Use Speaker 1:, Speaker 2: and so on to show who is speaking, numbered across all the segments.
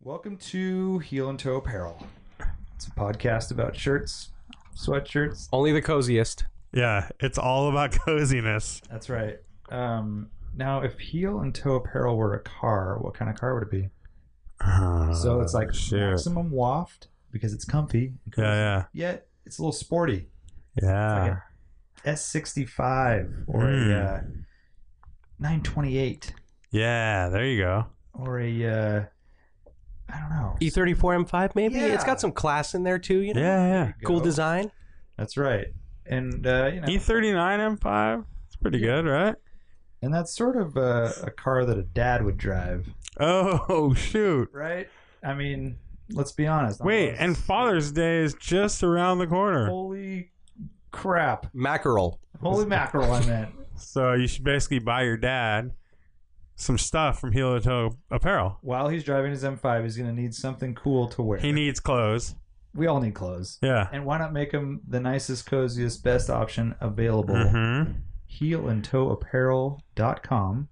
Speaker 1: Welcome to Heel and Toe Apparel. It's a podcast about shirts, sweatshirts.
Speaker 2: Only the coziest.
Speaker 3: Yeah, it's all about coziness.
Speaker 1: That's right. Um, now, if Heel and Toe Apparel were a car, what kind of car would it be? So it's like
Speaker 3: Uh, shit.
Speaker 1: maximum waft because it's comfy,
Speaker 3: yeah,
Speaker 1: yet it's a little sporty.
Speaker 3: yeah, yeah.
Speaker 1: Like an S65 or
Speaker 3: Hmm.
Speaker 1: a uh, 928
Speaker 3: yeah, there you go.
Speaker 1: or a, uh, I don't know.
Speaker 3: E
Speaker 2: E E34 M5 maybe.
Speaker 1: Yeah.
Speaker 2: It's got some class in there too. You know,
Speaker 3: Yeah,
Speaker 2: cool
Speaker 1: Go.
Speaker 2: design.
Speaker 1: That's right. And, uh, you know.
Speaker 3: yeah. E39 M5. It's pretty good, right?
Speaker 1: And that's sort of a, a car that a dad would drive,
Speaker 3: Oh, shoot.
Speaker 1: right? I mean, let's be honest.
Speaker 3: Wait,
Speaker 1: Almost.
Speaker 3: and Father's Day is just around the corner.
Speaker 1: holy crap,
Speaker 2: Mackerel.
Speaker 1: holy mackerel! I meant
Speaker 3: So you should basically buy your dad some stuff from Heel to Toe Apparel.
Speaker 1: while he's driving his M5, he's gonna need something cool to wear.
Speaker 3: He needs clothes.
Speaker 1: we all need clothes,
Speaker 3: Yeah.
Speaker 1: and why not make him the nicest, coziest, best option available?
Speaker 3: Mm-hmm.
Speaker 1: Heel and Toe Apparel.com.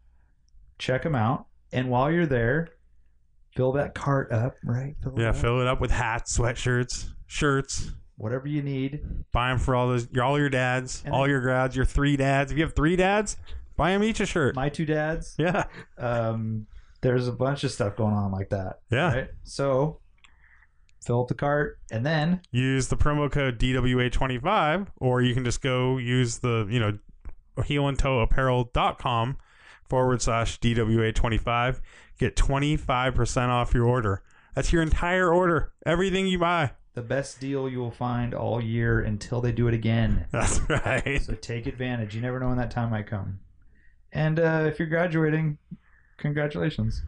Speaker 1: Check them out, and while you're there, fill that cart up, right? Fill it
Speaker 3: Yeah,
Speaker 1: up.
Speaker 3: fill it up with hats, sweatshirts, shirts.
Speaker 1: whatever you need.
Speaker 3: Buy them for all those, your- all your dads,
Speaker 1: And
Speaker 3: all
Speaker 1: then-
Speaker 3: your grads, your three dads. If you have three dads, buy them each a shirt.
Speaker 1: My two dads.
Speaker 3: yeah,
Speaker 1: Um, there's a bunch of stuff going on like that.
Speaker 3: yeah.
Speaker 1: Right? So fill up the cart and then
Speaker 3: Use the promo code DWA25, or you can just go use the you know heelandtoeapparel.com forward slash DWA25. Get 25% off your order. That's your entire order, everything you buy.
Speaker 1: the best deal you will find all year until they do it again.
Speaker 3: That's right.
Speaker 1: So take advantage. You never know when that time might come. And uh, if you're graduating, congratulations,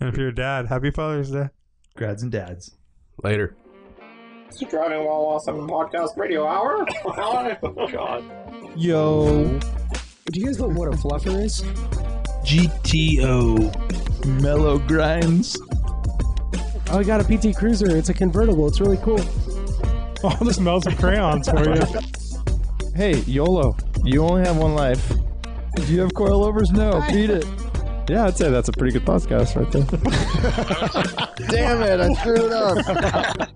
Speaker 3: And if you're a dad, happy Father's Day.
Speaker 1: grads and dads.
Speaker 2: Later.
Speaker 4: Is he driving while awesome podcast radio hour? oh god.
Speaker 5: Yo,
Speaker 6: Do you guys know what a fluffer is?
Speaker 5: GTO, mellow grinds.
Speaker 6: Oh, I got a PT Cruiser. It's a convertible. It's really cool.
Speaker 5: All the smells of crayons for you. Hey, YOLO, you only have one life. Do you have coilovers? No, beat it. Yeah, I'd say that's a pretty good podcast right there. Damn it, I screwed up.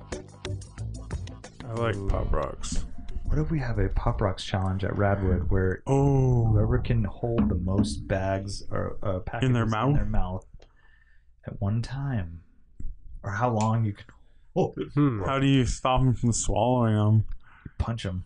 Speaker 3: I like pop rocks.
Speaker 1: What if we have a Pop Rocks challenge at Radwood where
Speaker 3: Oh,
Speaker 1: whoever can hold the most bags or uh, packages
Speaker 3: mouth?
Speaker 1: in their mouth at one time, or how long you can hold it,
Speaker 2: Hmm.
Speaker 3: how do you stop them from swallowing them?
Speaker 1: punch them.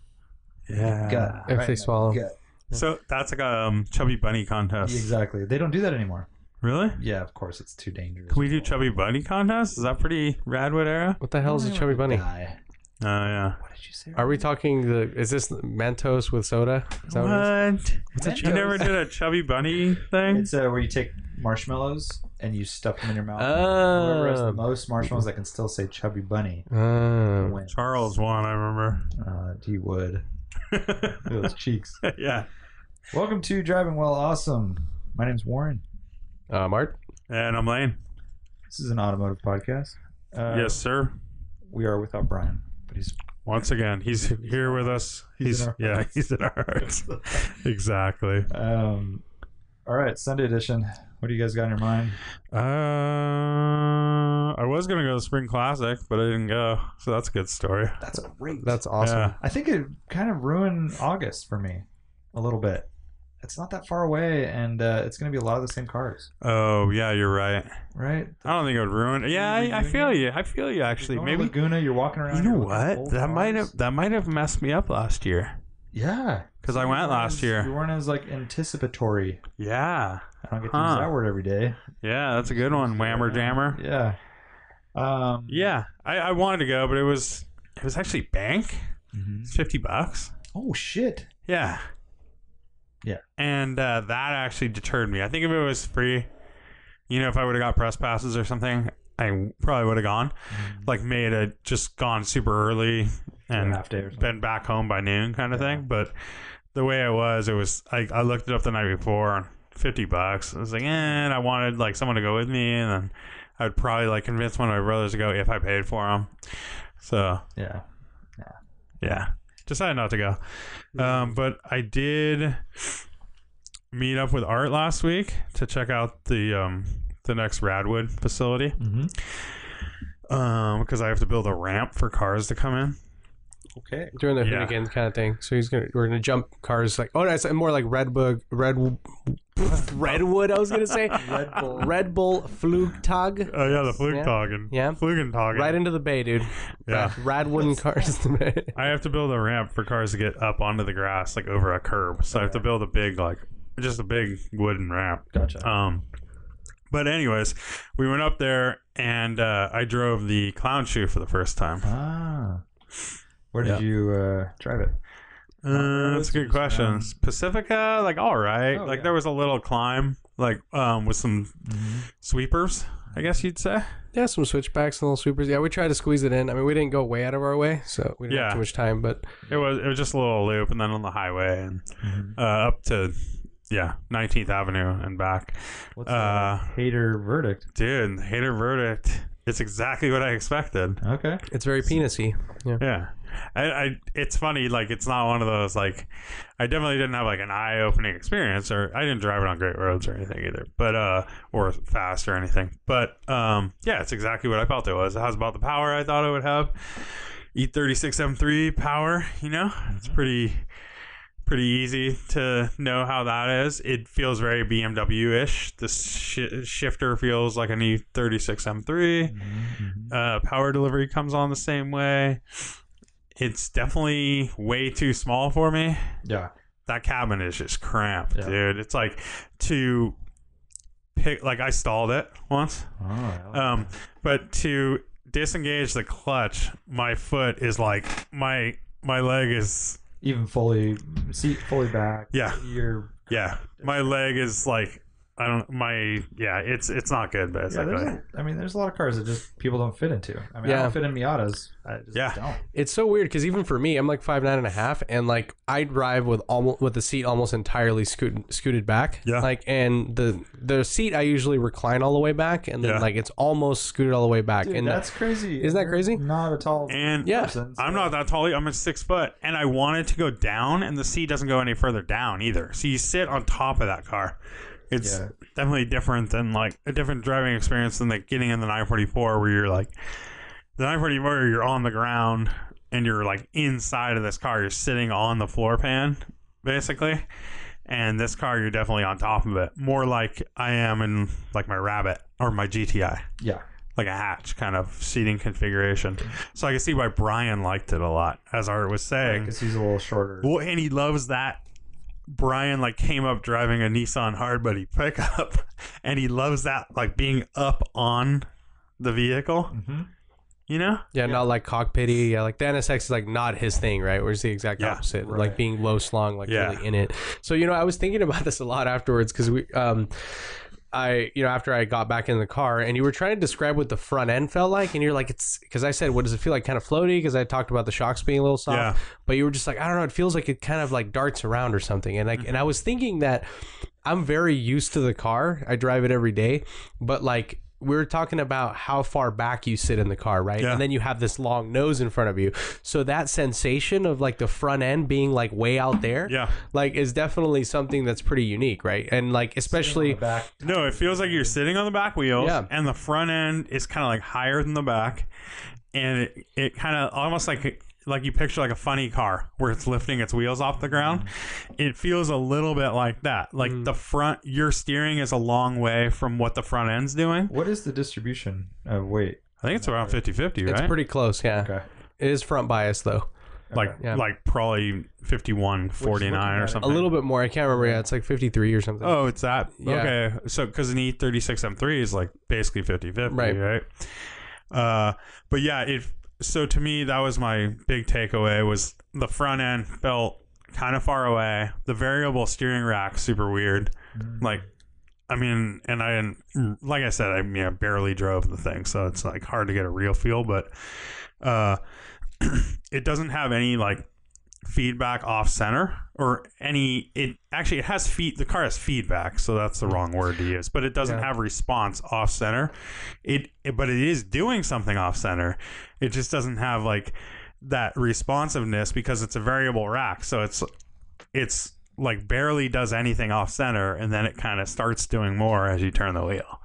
Speaker 3: Yeah.
Speaker 1: Gut, right
Speaker 2: If they
Speaker 1: in the
Speaker 2: swallow.
Speaker 1: gut.
Speaker 3: So that's like a um, chubby bunny contest.
Speaker 1: Exactly. They don't do that anymore.
Speaker 3: Really?
Speaker 1: Yeah, of course, it's too dangerous.
Speaker 3: Can we do chubby bunny contest? Is that pretty Radwood era?
Speaker 2: What the hell is a chubby bunny?
Speaker 1: Die.
Speaker 3: Oh yeah.
Speaker 1: What did you say?
Speaker 2: Are we talking the? Is this Mentos with soda? Is that what it is?
Speaker 3: What?
Speaker 1: It's a
Speaker 3: You never did a chubby bunny thing?
Speaker 1: It's uh, where you take marshmallows and you stuff them in your mouth.
Speaker 2: Oh.
Speaker 1: Whoever has the most marshmallows, I can still say chubby bunny.
Speaker 2: Oh.
Speaker 1: Wins.
Speaker 3: Charles won, I remember.
Speaker 1: Uh, he would. Those cheeks.
Speaker 3: yeah.
Speaker 1: Welcome to Driving Well Awesome. My name's Warren.
Speaker 2: Uh, Mart.
Speaker 3: And I'm Lane.
Speaker 1: This is an automotive podcast. Uh,
Speaker 3: yes, sir.
Speaker 1: We are without Brian, but he's
Speaker 3: Once again, he's here with us.
Speaker 1: He's
Speaker 3: He's,
Speaker 1: in our
Speaker 3: yeah,
Speaker 1: hearts.
Speaker 3: he's in our hearts. exactly.
Speaker 1: um. All right, Sunday edition. What do you guys got in your mind?
Speaker 3: Uh, I was gonna go to the Spring Classic, but I didn't go. So that's a good story.
Speaker 1: That's great.
Speaker 2: That's awesome.
Speaker 3: Yeah.
Speaker 1: I think it kind of ruined August for me a little bit. It's not that far away, and uh, it's going to be a lot of the same cars,
Speaker 3: Oh yeah, you're right.
Speaker 1: right?
Speaker 3: I don't think it would ruin. Yeah, I, I feel you. I feel you. Actually,
Speaker 1: You're going to
Speaker 3: maybe
Speaker 1: Laguna. You're walking around.
Speaker 3: You
Speaker 1: you're
Speaker 3: know
Speaker 1: looking at
Speaker 3: what?
Speaker 1: old
Speaker 3: That might
Speaker 1: cars.
Speaker 3: have that might have messed me up last year
Speaker 1: Yeah,
Speaker 3: because I
Speaker 1: You
Speaker 3: went
Speaker 1: weren't
Speaker 3: last
Speaker 1: as- You
Speaker 3: year.
Speaker 1: weren't as like anticipatory.
Speaker 3: Yeah,
Speaker 1: I don't get to use
Speaker 3: Huh.
Speaker 1: that word every day.
Speaker 3: yeah, that's a good one, Whammer Jammer.
Speaker 1: Yeah. Um,
Speaker 3: Yeah, I, I wanted to go, but it was it was actually bank.
Speaker 1: mhm.
Speaker 3: It's fifty bucks.
Speaker 1: Oh shit.
Speaker 3: Yeah,
Speaker 1: Yeah.
Speaker 3: and uh, that actually deterred me. I think if it was free, you know, if I would have got press passes or something, I probably would have gone.
Speaker 1: Mm-hmm.
Speaker 3: Like made a just gone super early and
Speaker 1: half day or something.
Speaker 3: been back home by noon kind of thing. But the way I was, it was I, I looked it up the night before on fifty bucks. I was like, eh, and I wanted like someone to go with me, and then I would probably like convince one of my brothers to go if I paid for them. So
Speaker 1: Yeah.
Speaker 3: yeah, decided not to go. Um, but I did meet up with Art last week to check out the um, the next Radwood facility
Speaker 1: Mm-hmm.
Speaker 3: Mm-hmm. because I have to build a ramp for cars to come in.
Speaker 1: Okay.
Speaker 2: Doing the
Speaker 3: Yeah.
Speaker 2: hoonigan kind of thing. So he's gonna we're gonna jump cars like oh no, it's more like Redbug Red Redwood. I was gonna say Red Bull Red Bull Flugtag.
Speaker 3: Oh yeah, the Flugentagen.
Speaker 2: Yeah.
Speaker 3: Flugentagen.
Speaker 2: Right into the bay, dude.
Speaker 3: Yeah.
Speaker 2: Rad, wooden cars. to me.
Speaker 3: I have to build a ramp for cars to get up onto the grass, like over a curb. So I have to build a big, like, just a big wooden ramp.
Speaker 1: Gotcha.
Speaker 3: Um, but anyways, we went up there and uh, I drove the clown shoe for the first time.
Speaker 1: ah. Where
Speaker 3: Yeah.
Speaker 1: did you uh, drive it? Oh,
Speaker 3: Uh, that's a good
Speaker 1: Roads,
Speaker 3: question.
Speaker 1: um,
Speaker 3: Pacifica, like, all right,
Speaker 1: Oh,
Speaker 3: like
Speaker 1: yeah.
Speaker 3: there was a little climb, like, um, with some
Speaker 1: Mm-hmm.
Speaker 3: sweepers, I guess you'd say.
Speaker 2: Yeah, some switchbacks and little sweepers. Yeah, we tried to squeeze it in. I mean, we didn't go way out of our way, so we didn't
Speaker 3: Yeah.
Speaker 2: have too much time. But
Speaker 3: It was it was just a little loop, and then on the highway and
Speaker 1: Mhm.
Speaker 3: uh, up to yeah 19th Avenue and back.
Speaker 1: What's the
Speaker 3: Uh,
Speaker 1: hater verdict?
Speaker 3: dude, hater verdict. It's exactly what I expected.
Speaker 1: Okay.
Speaker 2: it's very penisy. Yeah.
Speaker 3: Yeah. I, I it's funny like it's not one of those like I definitely didn't have like an eye opening experience or I didn't drive it on great roads or anything either but uh or fast or anything but um yeah it's exactly what I felt it was it has about the power I thought it would have E E36 M3 power you know it's pretty pretty easy to know how that is it feels very BMW ish the shi shifter feels like an E E36 M3
Speaker 1: Mm-hmm.
Speaker 3: uh, power delivery comes on the same way. It's definitely way too small for me.
Speaker 1: Yeah.
Speaker 3: That cabin is just cramped,
Speaker 1: Yeah.
Speaker 3: dude. It's like to pick, like I stalled it once,
Speaker 1: Oh, I
Speaker 2: Uh,
Speaker 1: like
Speaker 3: um, but to disengage the clutch, my foot is like my my leg is
Speaker 1: even fully seat fully back.
Speaker 3: Yeah.
Speaker 1: You're
Speaker 3: yeah, my leg is like I don't my yeah. It's it's not good
Speaker 1: yeah,
Speaker 3: basically.
Speaker 1: there's a, I mean, there's a lot of cars that just people don't fit into. I mean, I
Speaker 2: Yeah.
Speaker 1: don't fit in Miatas. I just
Speaker 3: Yeah.
Speaker 1: don't.
Speaker 2: It's so weird because even for me, I'm like five nine and a half, and like I drive with almost with the seat almost entirely scooted scooted back.
Speaker 3: Yeah.
Speaker 2: Like, and the the seat I usually recline all the way back, and then
Speaker 3: Yeah.
Speaker 2: like it's almost scooted all the way back.
Speaker 1: Dude,
Speaker 2: and
Speaker 1: that's crazy.
Speaker 2: Isn't that
Speaker 1: You're
Speaker 2: crazy?
Speaker 1: Not at all.
Speaker 3: and
Speaker 2: Yeah.
Speaker 1: person, so-
Speaker 3: I'm not that tall. I'm at six foot, and I wanted to go down, and the seat doesn't go any further down either. So you sit on top of that car. It's
Speaker 1: Yeah.
Speaker 3: definitely different than like a different driving experience than like getting in the 944 where you're like the 944 you're on the ground and you're like inside of this car. You're sitting on the floor pan basically, and this car you're definitely on top of it. More like I am in like my Rabbit or my GTI
Speaker 1: Yeah.
Speaker 3: like a hatch kind of seating configuration. So I can see why Brian liked it a lot, as Art was saying.
Speaker 1: Because he's a little shorter.
Speaker 3: well, and he loves that. Brian like came up driving a Nissan Hard Buddy pickup, and he loves that like being up on the vehicle.
Speaker 1: Mhm.
Speaker 3: You know,
Speaker 2: yeah, not like cockpity. Yeah, like the NSX is like not his thing, right? Where's the exact
Speaker 3: Yeah,
Speaker 2: opposite?
Speaker 1: right.
Speaker 2: Like being low slung, like
Speaker 3: Yeah.
Speaker 2: really in it. So you know, I was thinking about this a lot afterwards because we, um, I you know after I got back in the car and you were trying to describe what the front end felt like, and you're like it's because I said what does it feel like? Kind of floaty because I talked about the shocks being a little soft,
Speaker 3: Yeah.
Speaker 2: but you were just like I don't know, it feels like it kind of like darts around or something, and like
Speaker 3: Mm-hmm.
Speaker 2: and I was thinking that I'm very used to the car. I drive it every day, but like we are talking about how far back you sit in the car, right?
Speaker 3: Yeah.
Speaker 2: And then you have this long nose in front of you. So that sensation of like the front end being like way out there,
Speaker 3: yeah.
Speaker 2: like is definitely something that's pretty unique, right? And like especially
Speaker 1: back.
Speaker 3: No, it feels like you're sitting on the back wheels,
Speaker 2: Yeah.
Speaker 3: and the front end is kind of like higher than the back, and it, it kind of almost like like you picture like a funny car where it's lifting its wheels off the ground.
Speaker 2: Mm-hmm.
Speaker 3: It feels a little bit like that. Like
Speaker 2: Mm.
Speaker 3: the front, your steering is a long way from what the front end's doing.
Speaker 1: What is the distribution of weight?
Speaker 3: I think it's around 50-50, right?
Speaker 2: it's pretty close, yeah.
Speaker 1: Okay.
Speaker 2: It is front bias though.
Speaker 3: like
Speaker 2: yeah.
Speaker 3: like probably 51, 49
Speaker 1: at
Speaker 3: or
Speaker 1: it-
Speaker 2: A
Speaker 3: something.
Speaker 2: little bit more. I can't remember. Yeah, it's like 53 or something.
Speaker 3: Oh, it's that.
Speaker 2: Yeah.
Speaker 3: Okay. So, because an E E36 M3 is like basically 50 50, right?
Speaker 2: Right.
Speaker 3: Uh, but yeah, it. So to me, that was my big takeaway was the front end felt kind of far away. The variable steering rack super weird.
Speaker 2: Mm.
Speaker 3: Like, I mean, and I didn't, like I said, I mean, I barely drove the thing, so it's like hard to get a real feel. But uh, it doesn't have any like feedback off center or any it actually it has feed the car has feedback so that's the wrong word to use but it doesn't
Speaker 2: Mm. Yeah.
Speaker 3: have response off center it, it but it is doing something off center it just doesn't have like that responsiveness because it's a variable rack so it's it's like barely does anything off center and then it kind of starts doing more as you turn the wheel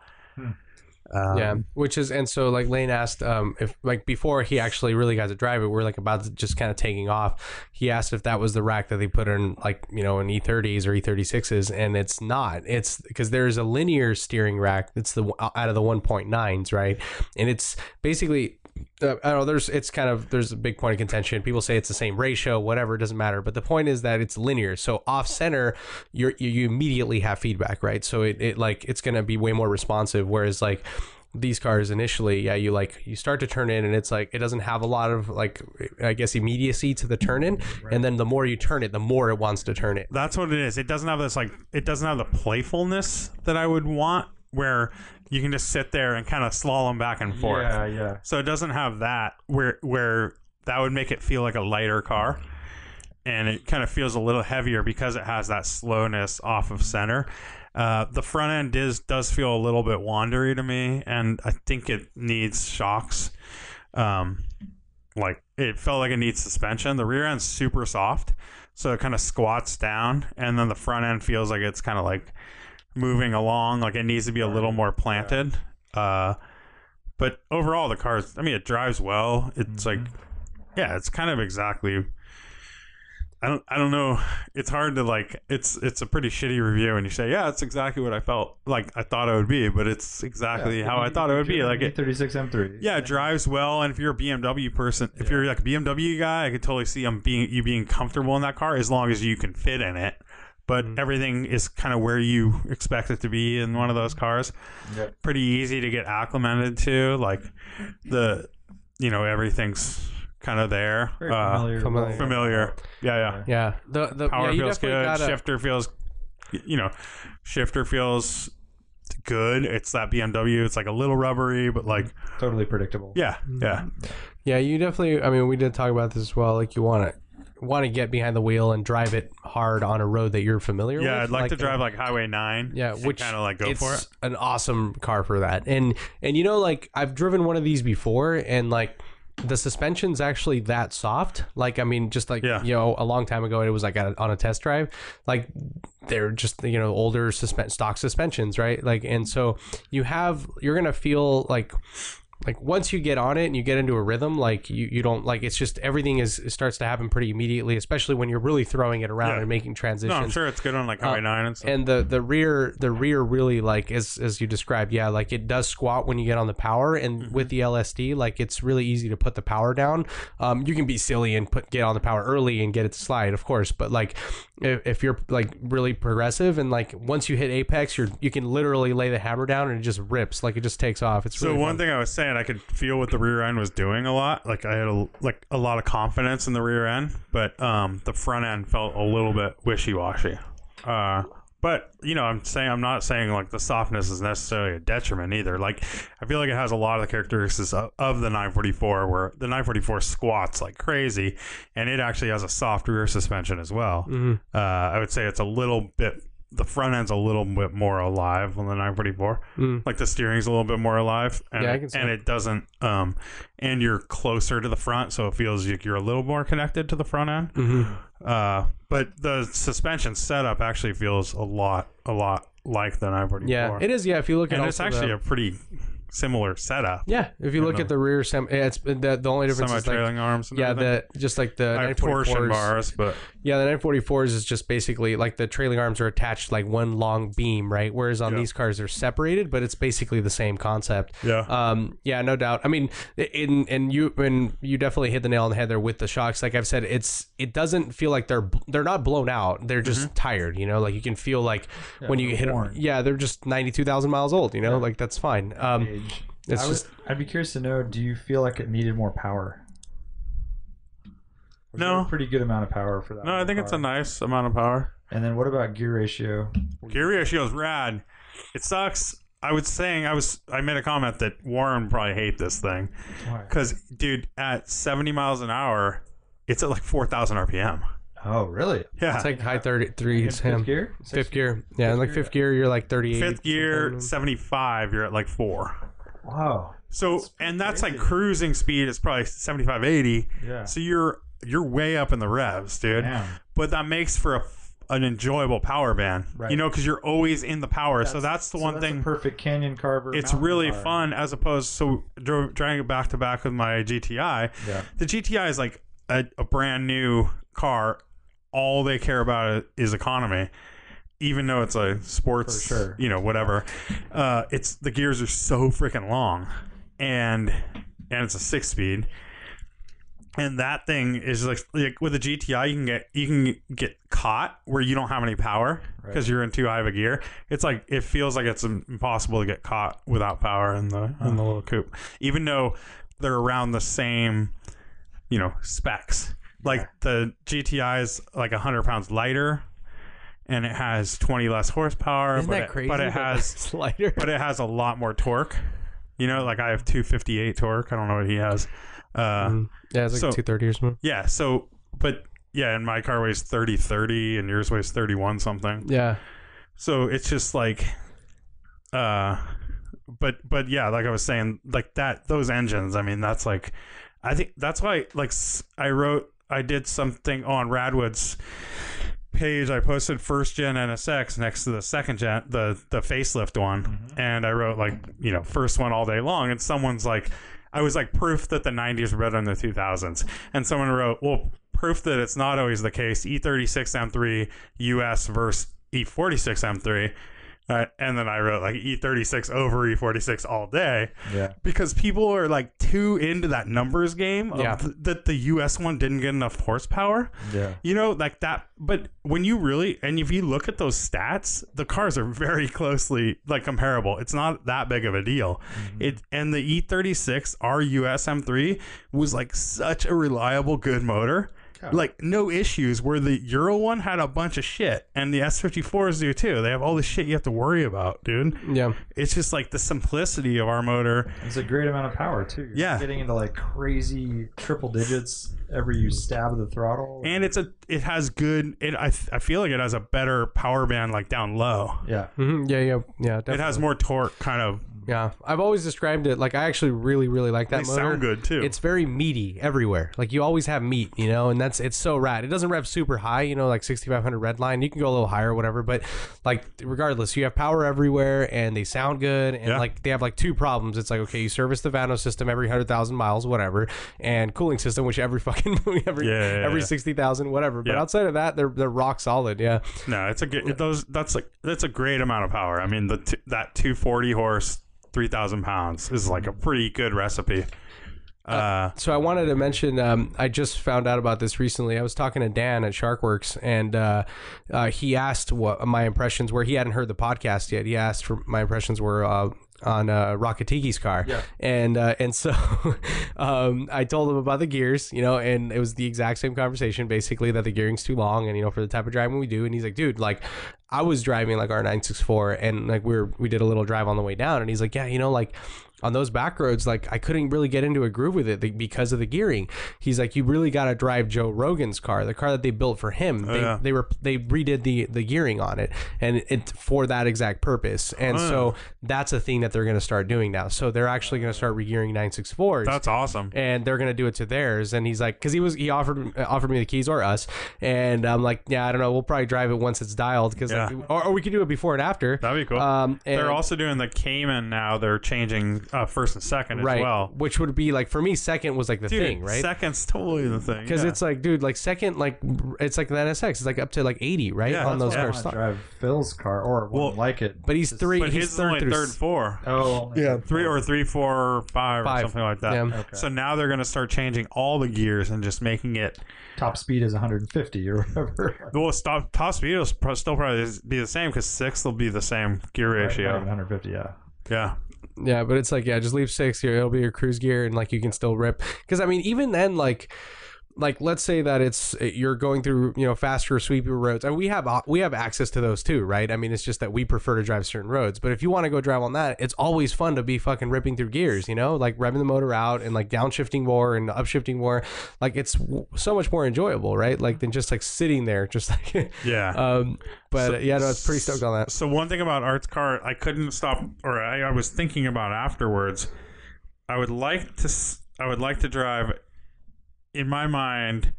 Speaker 5: Um,
Speaker 2: yeah, which is and so like Lane asked um, if like before he actually really got to drive it, we're like about to just kind of taking off. He asked if that was the rack that they put in like you know in E30s or E36s, and it's not. It's because there's a linear steering rack. That's the uh, out of the 1.9s, right? And it's basically. Uh, I don't know. There's, it's kind of, there's a big point of contention. People say it's the same ratio, whatever, it doesn't matter. But the point is that it's linear. So off center, you're, you, you immediately have feedback, right? So it, it like, it's going to be way more responsive. Whereas, like, these cars initially yeah you like you start to turn in and it's like it doesn't have a lot of like i guess immediacy to the turn in and then the more you turn it the more it wants to turn it
Speaker 3: That's what it is. It doesn't have this like it doesn't have the playfulness that I would want where you can just sit there and kind of slalom back and forth.
Speaker 1: Yeah, yeah.
Speaker 3: So it doesn't have that where where that would make it feel like a lighter car. And it kind of feels a little heavier because it has that slowness off of center. Uh, the front end is does feel a little bit wandery to me, and I think it needs shocks. Um, like it felt like it needs suspension. The rear end's super soft, so it kind of squats down, and then the front end feels like it's kind of like moving along, like it needs to be a little more planted. Uh, but overall, the car, I mean, it drives well. It's like, yeah, it's kind of exactly. I don't, I don't know. It's hard to like. It's it's a pretty shitty review, and you say, yeah, it's exactly what I felt like I thought it would be, but it's exactly how I thought it would be. Like it,
Speaker 1: 36 M3.
Speaker 3: yeah, it drives well. And if you're a BMW person, if you're like a BMW guy, I could totally see them being you being comfortable in that car as long as you can fit in it. But
Speaker 1: Mm-hmm.
Speaker 3: everything is kind of where you expect it to be in one of
Speaker 1: Mm-hmm.
Speaker 3: those cars. Pretty easy to get acclimated to. Like the, you know, everything's kind of there.
Speaker 1: Very
Speaker 3: Uh,
Speaker 1: familiar.
Speaker 2: familiar.
Speaker 3: familiar. Yeah, yeah.
Speaker 2: yeah the the
Speaker 3: Power
Speaker 2: yeah, you
Speaker 3: feels
Speaker 2: definitely
Speaker 3: good.
Speaker 2: gotta-
Speaker 3: shifter feels, you know, shifter feels good. It's that BMW. It's like a little rubbery, but like,
Speaker 1: Totally predictable.
Speaker 3: yeah,
Speaker 2: Mm-hmm.
Speaker 3: yeah.
Speaker 2: yeah you definitely i mean we did talk about this as well like you want to want to get behind the wheel and drive it hard on a road that you're familiar with
Speaker 3: Yeah, I'd like, to
Speaker 2: the-
Speaker 3: drive like Highway Nine.
Speaker 2: Yeah, which
Speaker 3: kind of like go
Speaker 2: it's
Speaker 3: for it.
Speaker 2: An awesome car for that, and and you know, like I've driven one of these before, and like the suspension's actually that soft. Like I mean, just like
Speaker 3: Yeah.
Speaker 2: you know, a long time ago, it was like at a- on a test drive. Like they're just you know older suspen- stock suspensions, right? Like and so you have you're gonna feel like like once you get on it and you get into a rhythm like you, you don't like it's just everything is it starts to happen pretty immediately especially when you're really throwing it around
Speaker 3: Yeah.
Speaker 2: and making
Speaker 3: No,
Speaker 2: transitions
Speaker 3: I'm sure it's good on like
Speaker 2: Uh,
Speaker 3: Highway Nine and stuff.
Speaker 2: and the the rear the rear really like as as you described yeah like it does squat when you get on the power and
Speaker 3: Mm-hmm.
Speaker 2: with the lsd like it's really easy to put the power down um you can be silly and put get on the power early and get it to slide of course but like if, if you're like really progressive and like once you hit apex you're you can literally lay the hammer down and it just rips like it just takes off it's
Speaker 3: so
Speaker 2: really
Speaker 3: one
Speaker 2: fun.
Speaker 3: thing I was saying, I could feel what the rear end was doing a lot. Like I had a, like a lot of confidence in the rear end, but um, the front end felt a little bit wishy washy. Uh, but you know, I'm saying I'm not saying like the softness is necessarily a detriment either. Like I feel like it has a lot of the characteristics of, of the 944, where the 944 squats like crazy, and it actually has a soft rear suspension as well.
Speaker 2: Mm-hmm.
Speaker 3: Uh, I would say it's a little bit. The front end's a little bit more alive on the 944. Like the steering's a little bit more alive, and,
Speaker 2: Yeah, I
Speaker 3: it-
Speaker 2: can see
Speaker 3: and it doesn't. Um, and you're closer to the front, so it feels like you're a little more connected to the front end.
Speaker 2: Mm-hmm.
Speaker 3: Uh, but the suspension setup actually feels a lot, a lot like the 944.
Speaker 2: yeah it is yeah if you look at
Speaker 3: and
Speaker 2: also
Speaker 3: it's
Speaker 2: the-
Speaker 3: actually a pretty similar setup.
Speaker 2: yeah if you look at the rear sem- it's the, the only difference
Speaker 3: Semi
Speaker 2: is like
Speaker 3: trailing arms. And
Speaker 2: yeah,
Speaker 3: everything.
Speaker 2: the just like the
Speaker 3: I have torsion
Speaker 2: 944s.
Speaker 3: bars, but
Speaker 2: Yeah, the 944s is just basically like the trailing arms are attached like one long beam, right? Whereas on these cars they're separated, but it's basically the same concept.
Speaker 3: Yeah.
Speaker 2: Um. Yeah. No doubt. I mean, in and you and you definitely hit the nail on the head there with the shocks. Like I've said, it's it doesn't feel like they're they're not blown out. They're
Speaker 3: Mm-hmm.
Speaker 2: just tired. You know, like you can feel like when you
Speaker 1: they're
Speaker 2: hit.
Speaker 1: worn.
Speaker 2: Yeah, they're just ninety two thousand miles old. You know, like that's fine. Um.
Speaker 1: Age.
Speaker 2: It's
Speaker 1: I would,
Speaker 2: just
Speaker 1: I'd be curious to know do you feel like it needed more power? Was
Speaker 3: No.
Speaker 1: there a pretty good amount of power for that.
Speaker 3: no, I think it's a
Speaker 1: enough.
Speaker 3: nice amount of power.
Speaker 1: And then what about gear ratio?
Speaker 3: Gear ratio's rad. It sucks. I was saying I was I made a comment that Warren would probably hate this thing
Speaker 1: Why?
Speaker 3: because dude at 70 miles an hour it's at like 4,000 RPM.
Speaker 1: Oh, really?
Speaker 3: Yeah,
Speaker 2: it's like high thirty three.
Speaker 1: In
Speaker 2: It's him.
Speaker 1: Fifth gear?
Speaker 2: Fifth gear. Yeah, like fifth gear, you're like thirty eight.
Speaker 3: fifth gear 75 you're at like four.
Speaker 1: Wow.
Speaker 3: So and that's like cruising speed is probably 75 80.
Speaker 1: Yeah.
Speaker 3: So you're you're way up in the revs, dude.
Speaker 1: Damn.
Speaker 3: But that makes for a, an enjoyable power band.
Speaker 1: Right.
Speaker 3: You know, because you're always in the power. so that's the one
Speaker 1: that's
Speaker 3: thing.
Speaker 1: a perfect canyon carver.
Speaker 3: it's
Speaker 1: mountain
Speaker 3: really
Speaker 1: car.
Speaker 3: fun as opposed so dr- driving it back to back with my GTI.
Speaker 1: Yeah.
Speaker 3: The GTI is like a, a brand new car. All they care about is economy, even though it's a sports,
Speaker 1: For sure.
Speaker 3: you know, whatever. Uh, it's the gears are so freaking long, and and it's a six speed. And that thing is like, like with a GTI, you can get you can get caught where you don't have any power because you're in too high of a gear. It's like it feels like it's impossible to get caught without power in the in
Speaker 2: Uh-huh.
Speaker 3: the little coupe, even though they're around the same, you know, specs. Like the GTI is like hundred pounds lighter, and it has twenty less horsepower.
Speaker 2: Isn't
Speaker 3: but
Speaker 2: that
Speaker 3: it-
Speaker 2: crazy?
Speaker 3: But it
Speaker 2: that
Speaker 3: has
Speaker 2: that's lighter.
Speaker 3: but it has a lot more torque. You know, like I have 258 torque. I don't know what he has. Uh,
Speaker 2: Mm. yeah, it's like
Speaker 3: so-
Speaker 2: two thirty or something.
Speaker 3: Yeah. So, but yeah, and my car weighs 30, 30, and yours weighs 31 something.
Speaker 2: Yeah,
Speaker 3: So it's just like, uh, but but yeah, like I was saying, like that those engines. I mean, that's like, I think that's why like s- I wrote I did something on Radwood's page. I posted first gen NSX next to the second gen the the facelift one, and I wrote like you know first one all day long, and someone's like. I was like proof that the 90s were better than the 2000s, and someone wrote, "Well, proof that it's not always the case." E E36 M3 US versus E E46 M3, uh, and then I wrote like E36 over E46 all day
Speaker 1: Yeah.
Speaker 3: because people are like too into that numbers game of
Speaker 2: Yeah.
Speaker 3: th- that the US one didn't get enough horsepower.
Speaker 1: Yeah.
Speaker 3: You know, like that. But when you really, and if you look at those stats, the cars are very closely like comparable. It's not that big of a deal. It and the E E36 RUS M3 was like such a reliable, good motor. Like no issues. Where the Euro one had a bunch of shit, and the S54s do too. They have all this shit you have to worry about, dude.
Speaker 2: yeah.
Speaker 3: It's just like the simplicity of our motor.
Speaker 1: It's a great amount of power too. You're
Speaker 3: Yeah.
Speaker 1: Getting into like crazy triple digits every you stab the throttle.
Speaker 3: and it's a it has good it I, th- I feel like it has a better power band like down low
Speaker 1: yeah.
Speaker 2: hmm Yeah, yeah, yeah.
Speaker 3: it
Speaker 2: definitely.
Speaker 3: has more torque kind of
Speaker 2: Yeah, I've always described it like I actually really, really like that
Speaker 3: they
Speaker 2: motor.
Speaker 3: sound good too
Speaker 2: It's very meaty everywhere. Like you always have meat, you know, and that's it's so rad. It doesn't rev super high, you know, like 6500 red line. You can go a little higher, whatever. But like regardless, you have power everywhere, and they sound good. And
Speaker 3: Yeah.
Speaker 2: like they have like two problems. It's like okay, you service the Vano system every hundred thousand miles, whatever, and cooling system, which every fucking every
Speaker 3: Yeah, yeah, yeah,
Speaker 2: every
Speaker 3: yeah.
Speaker 2: sixty thousand, whatever. But
Speaker 3: Yeah.
Speaker 2: outside of that, they're they're rock solid. Yeah,
Speaker 3: no it's a good it- those that's like that's a great amount of power i mean the t- that 240 horse 3000 pounds is like a pretty good recipe uh
Speaker 2: So I wanted to mention. Um, I just found out about this recently. I was talking to Dan at Sharkworks, and uh, uh, he asked what my impressions were. He hadn't heard the podcast yet. He asked for my impressions were uh, on uh, Rocketee's car, and uh, and so um, I told him about the gears, you know, and it was the exact same conversation, basically that the gearing's too long, and you know, for the type of driving we do. And he's like, dude, like I was driving like our nine six four, and like we were we did a little drive on the way down, and he's like, yeah, you know, like on those back roads, like I couldn't really get into a groove with it because of the gearing. He's like, you really got to drive Joe Rogan's car, the car that they built for him. They,
Speaker 3: Oh, yeah.
Speaker 2: they were they redid the the gearing on it, and it for that exact purpose. And so that's a thing that they're going to start doing now. So they're actually going to start regearing 964s
Speaker 3: that's awesome
Speaker 2: and they're gonna do it to theirs. And he's like, because he was he offered uh, offered me the keys or us, and I'm like, yeah, I don't know. We'll probably drive it once it's dialed, because
Speaker 3: Yeah.
Speaker 2: or, or we could do it before and after.
Speaker 3: that'd be cool
Speaker 2: Um, and,
Speaker 3: they're also doing the cayman now they're changing uh first and second
Speaker 2: right,
Speaker 3: as well
Speaker 2: which would be like for me, second was like the
Speaker 3: Dude,
Speaker 2: thing, right?
Speaker 3: second's totally the thing
Speaker 2: Because
Speaker 3: yeah.
Speaker 2: it's like, dude, like second, like it's like the NSX, it's like up to like 80, right,
Speaker 3: Yeah,
Speaker 2: on those
Speaker 3: that's what I
Speaker 1: I
Speaker 2: cars.
Speaker 1: want to drive Phil's car or one
Speaker 3: Well-
Speaker 1: like it.
Speaker 2: But he's three.
Speaker 3: but
Speaker 2: he's
Speaker 3: his is
Speaker 2: third
Speaker 3: only
Speaker 2: through
Speaker 3: third and four
Speaker 1: Oh.
Speaker 5: Yeah.
Speaker 3: three or three, four, five,
Speaker 2: Five.
Speaker 3: or something like that.
Speaker 2: Yeah.
Speaker 1: Okay.
Speaker 3: So now they're going to start changing all the gears and just making it.
Speaker 1: Top speed is 150 or whatever.
Speaker 3: Well, stop, top speed will pro- still probably be the same because six will be the same gear ratio.
Speaker 1: Not even 150. Yeah.
Speaker 3: Yeah,
Speaker 2: Yeah, but it's like yeah, just leave six here. It'll be your cruise gear, and like you can still rip. Because I mean, even then, like, like let's say that it's you're going through you know faster sweepy roads, and we have uh, we have access to those too, right? I mean, it's just that we prefer to drive certain roads. But if you want to go drive on that, it's always fun to be fucking ripping through gears, you know, like revving the motor out and like downshifting more and upshifting more. Like it's w- so much more enjoyable, right? Like than just like sitting there, just like.
Speaker 3: yeah.
Speaker 2: um, but
Speaker 3: So-
Speaker 2: yeah, no, it's pretty stoked on that.
Speaker 3: so one thing about Art's car, I couldn't stop, or I, I was thinking about afterwards. I would like to, s- I would like to drive. In my mind,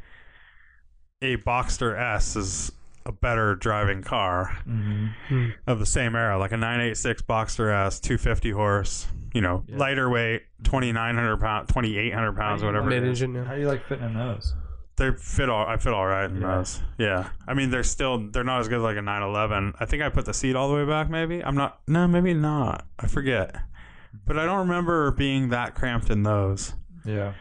Speaker 3: a Boxster S is a better driving car
Speaker 1: Mhm.
Speaker 3: of the same era, like a 986 Boxster S, 250 horse, you know,
Speaker 1: Yeah.
Speaker 3: lighter weight, 2,900 pounds, 2,800 pounds, whatever.
Speaker 2: Mid
Speaker 3: it is.
Speaker 2: engine.
Speaker 1: How do you like fitting in those?
Speaker 3: They fit all. I fit all right in
Speaker 1: Yeah.
Speaker 3: those. Yeah, I mean they're still they're not as good as like a 911. I think I put the seat all the way back. Maybe I'm not. No, maybe not. I forget. But I don't remember being that cramped in those.
Speaker 1: Yeah.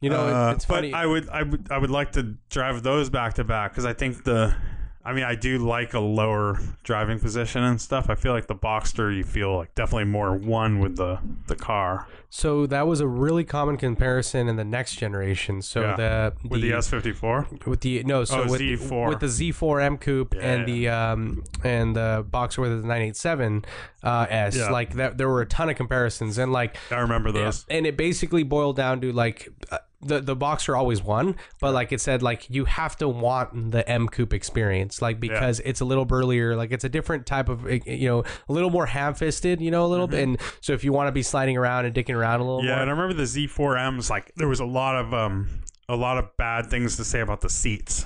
Speaker 2: You know, it-
Speaker 3: Uh,
Speaker 2: it's
Speaker 3: but
Speaker 2: funny.
Speaker 3: I would, I would, I would like to drive those back to back because I think the, I mean, I do like a lower driving position and stuff. I feel like the Boxster, you feel like definitely more one with the the car
Speaker 2: so that was a really common comparison in the next generation. So
Speaker 3: Yeah.
Speaker 2: the
Speaker 3: with the S fifty four.
Speaker 2: with the no so
Speaker 3: Oh,
Speaker 2: with,
Speaker 3: Z4.
Speaker 2: with the Z4 M coupe
Speaker 3: Yeah.
Speaker 2: and the um and the boxer with the 987 uh, S
Speaker 3: Yeah.
Speaker 2: like that there were a ton of comparisons and like
Speaker 3: I remember those.
Speaker 2: and it basically boiled down to like uh, the the boxer always won but like it said like you have to want the M coupe experience like because it's a little burlier like it's a different type of uh, you know a little more ham-fisted you know a little bit and so if you want to be sliding around and dicking around a little
Speaker 3: Mm-hmm. Yeah,
Speaker 2: more
Speaker 3: and I remember the Z four M's. Like there was a lot of um, a lot of bad things to say about the seats.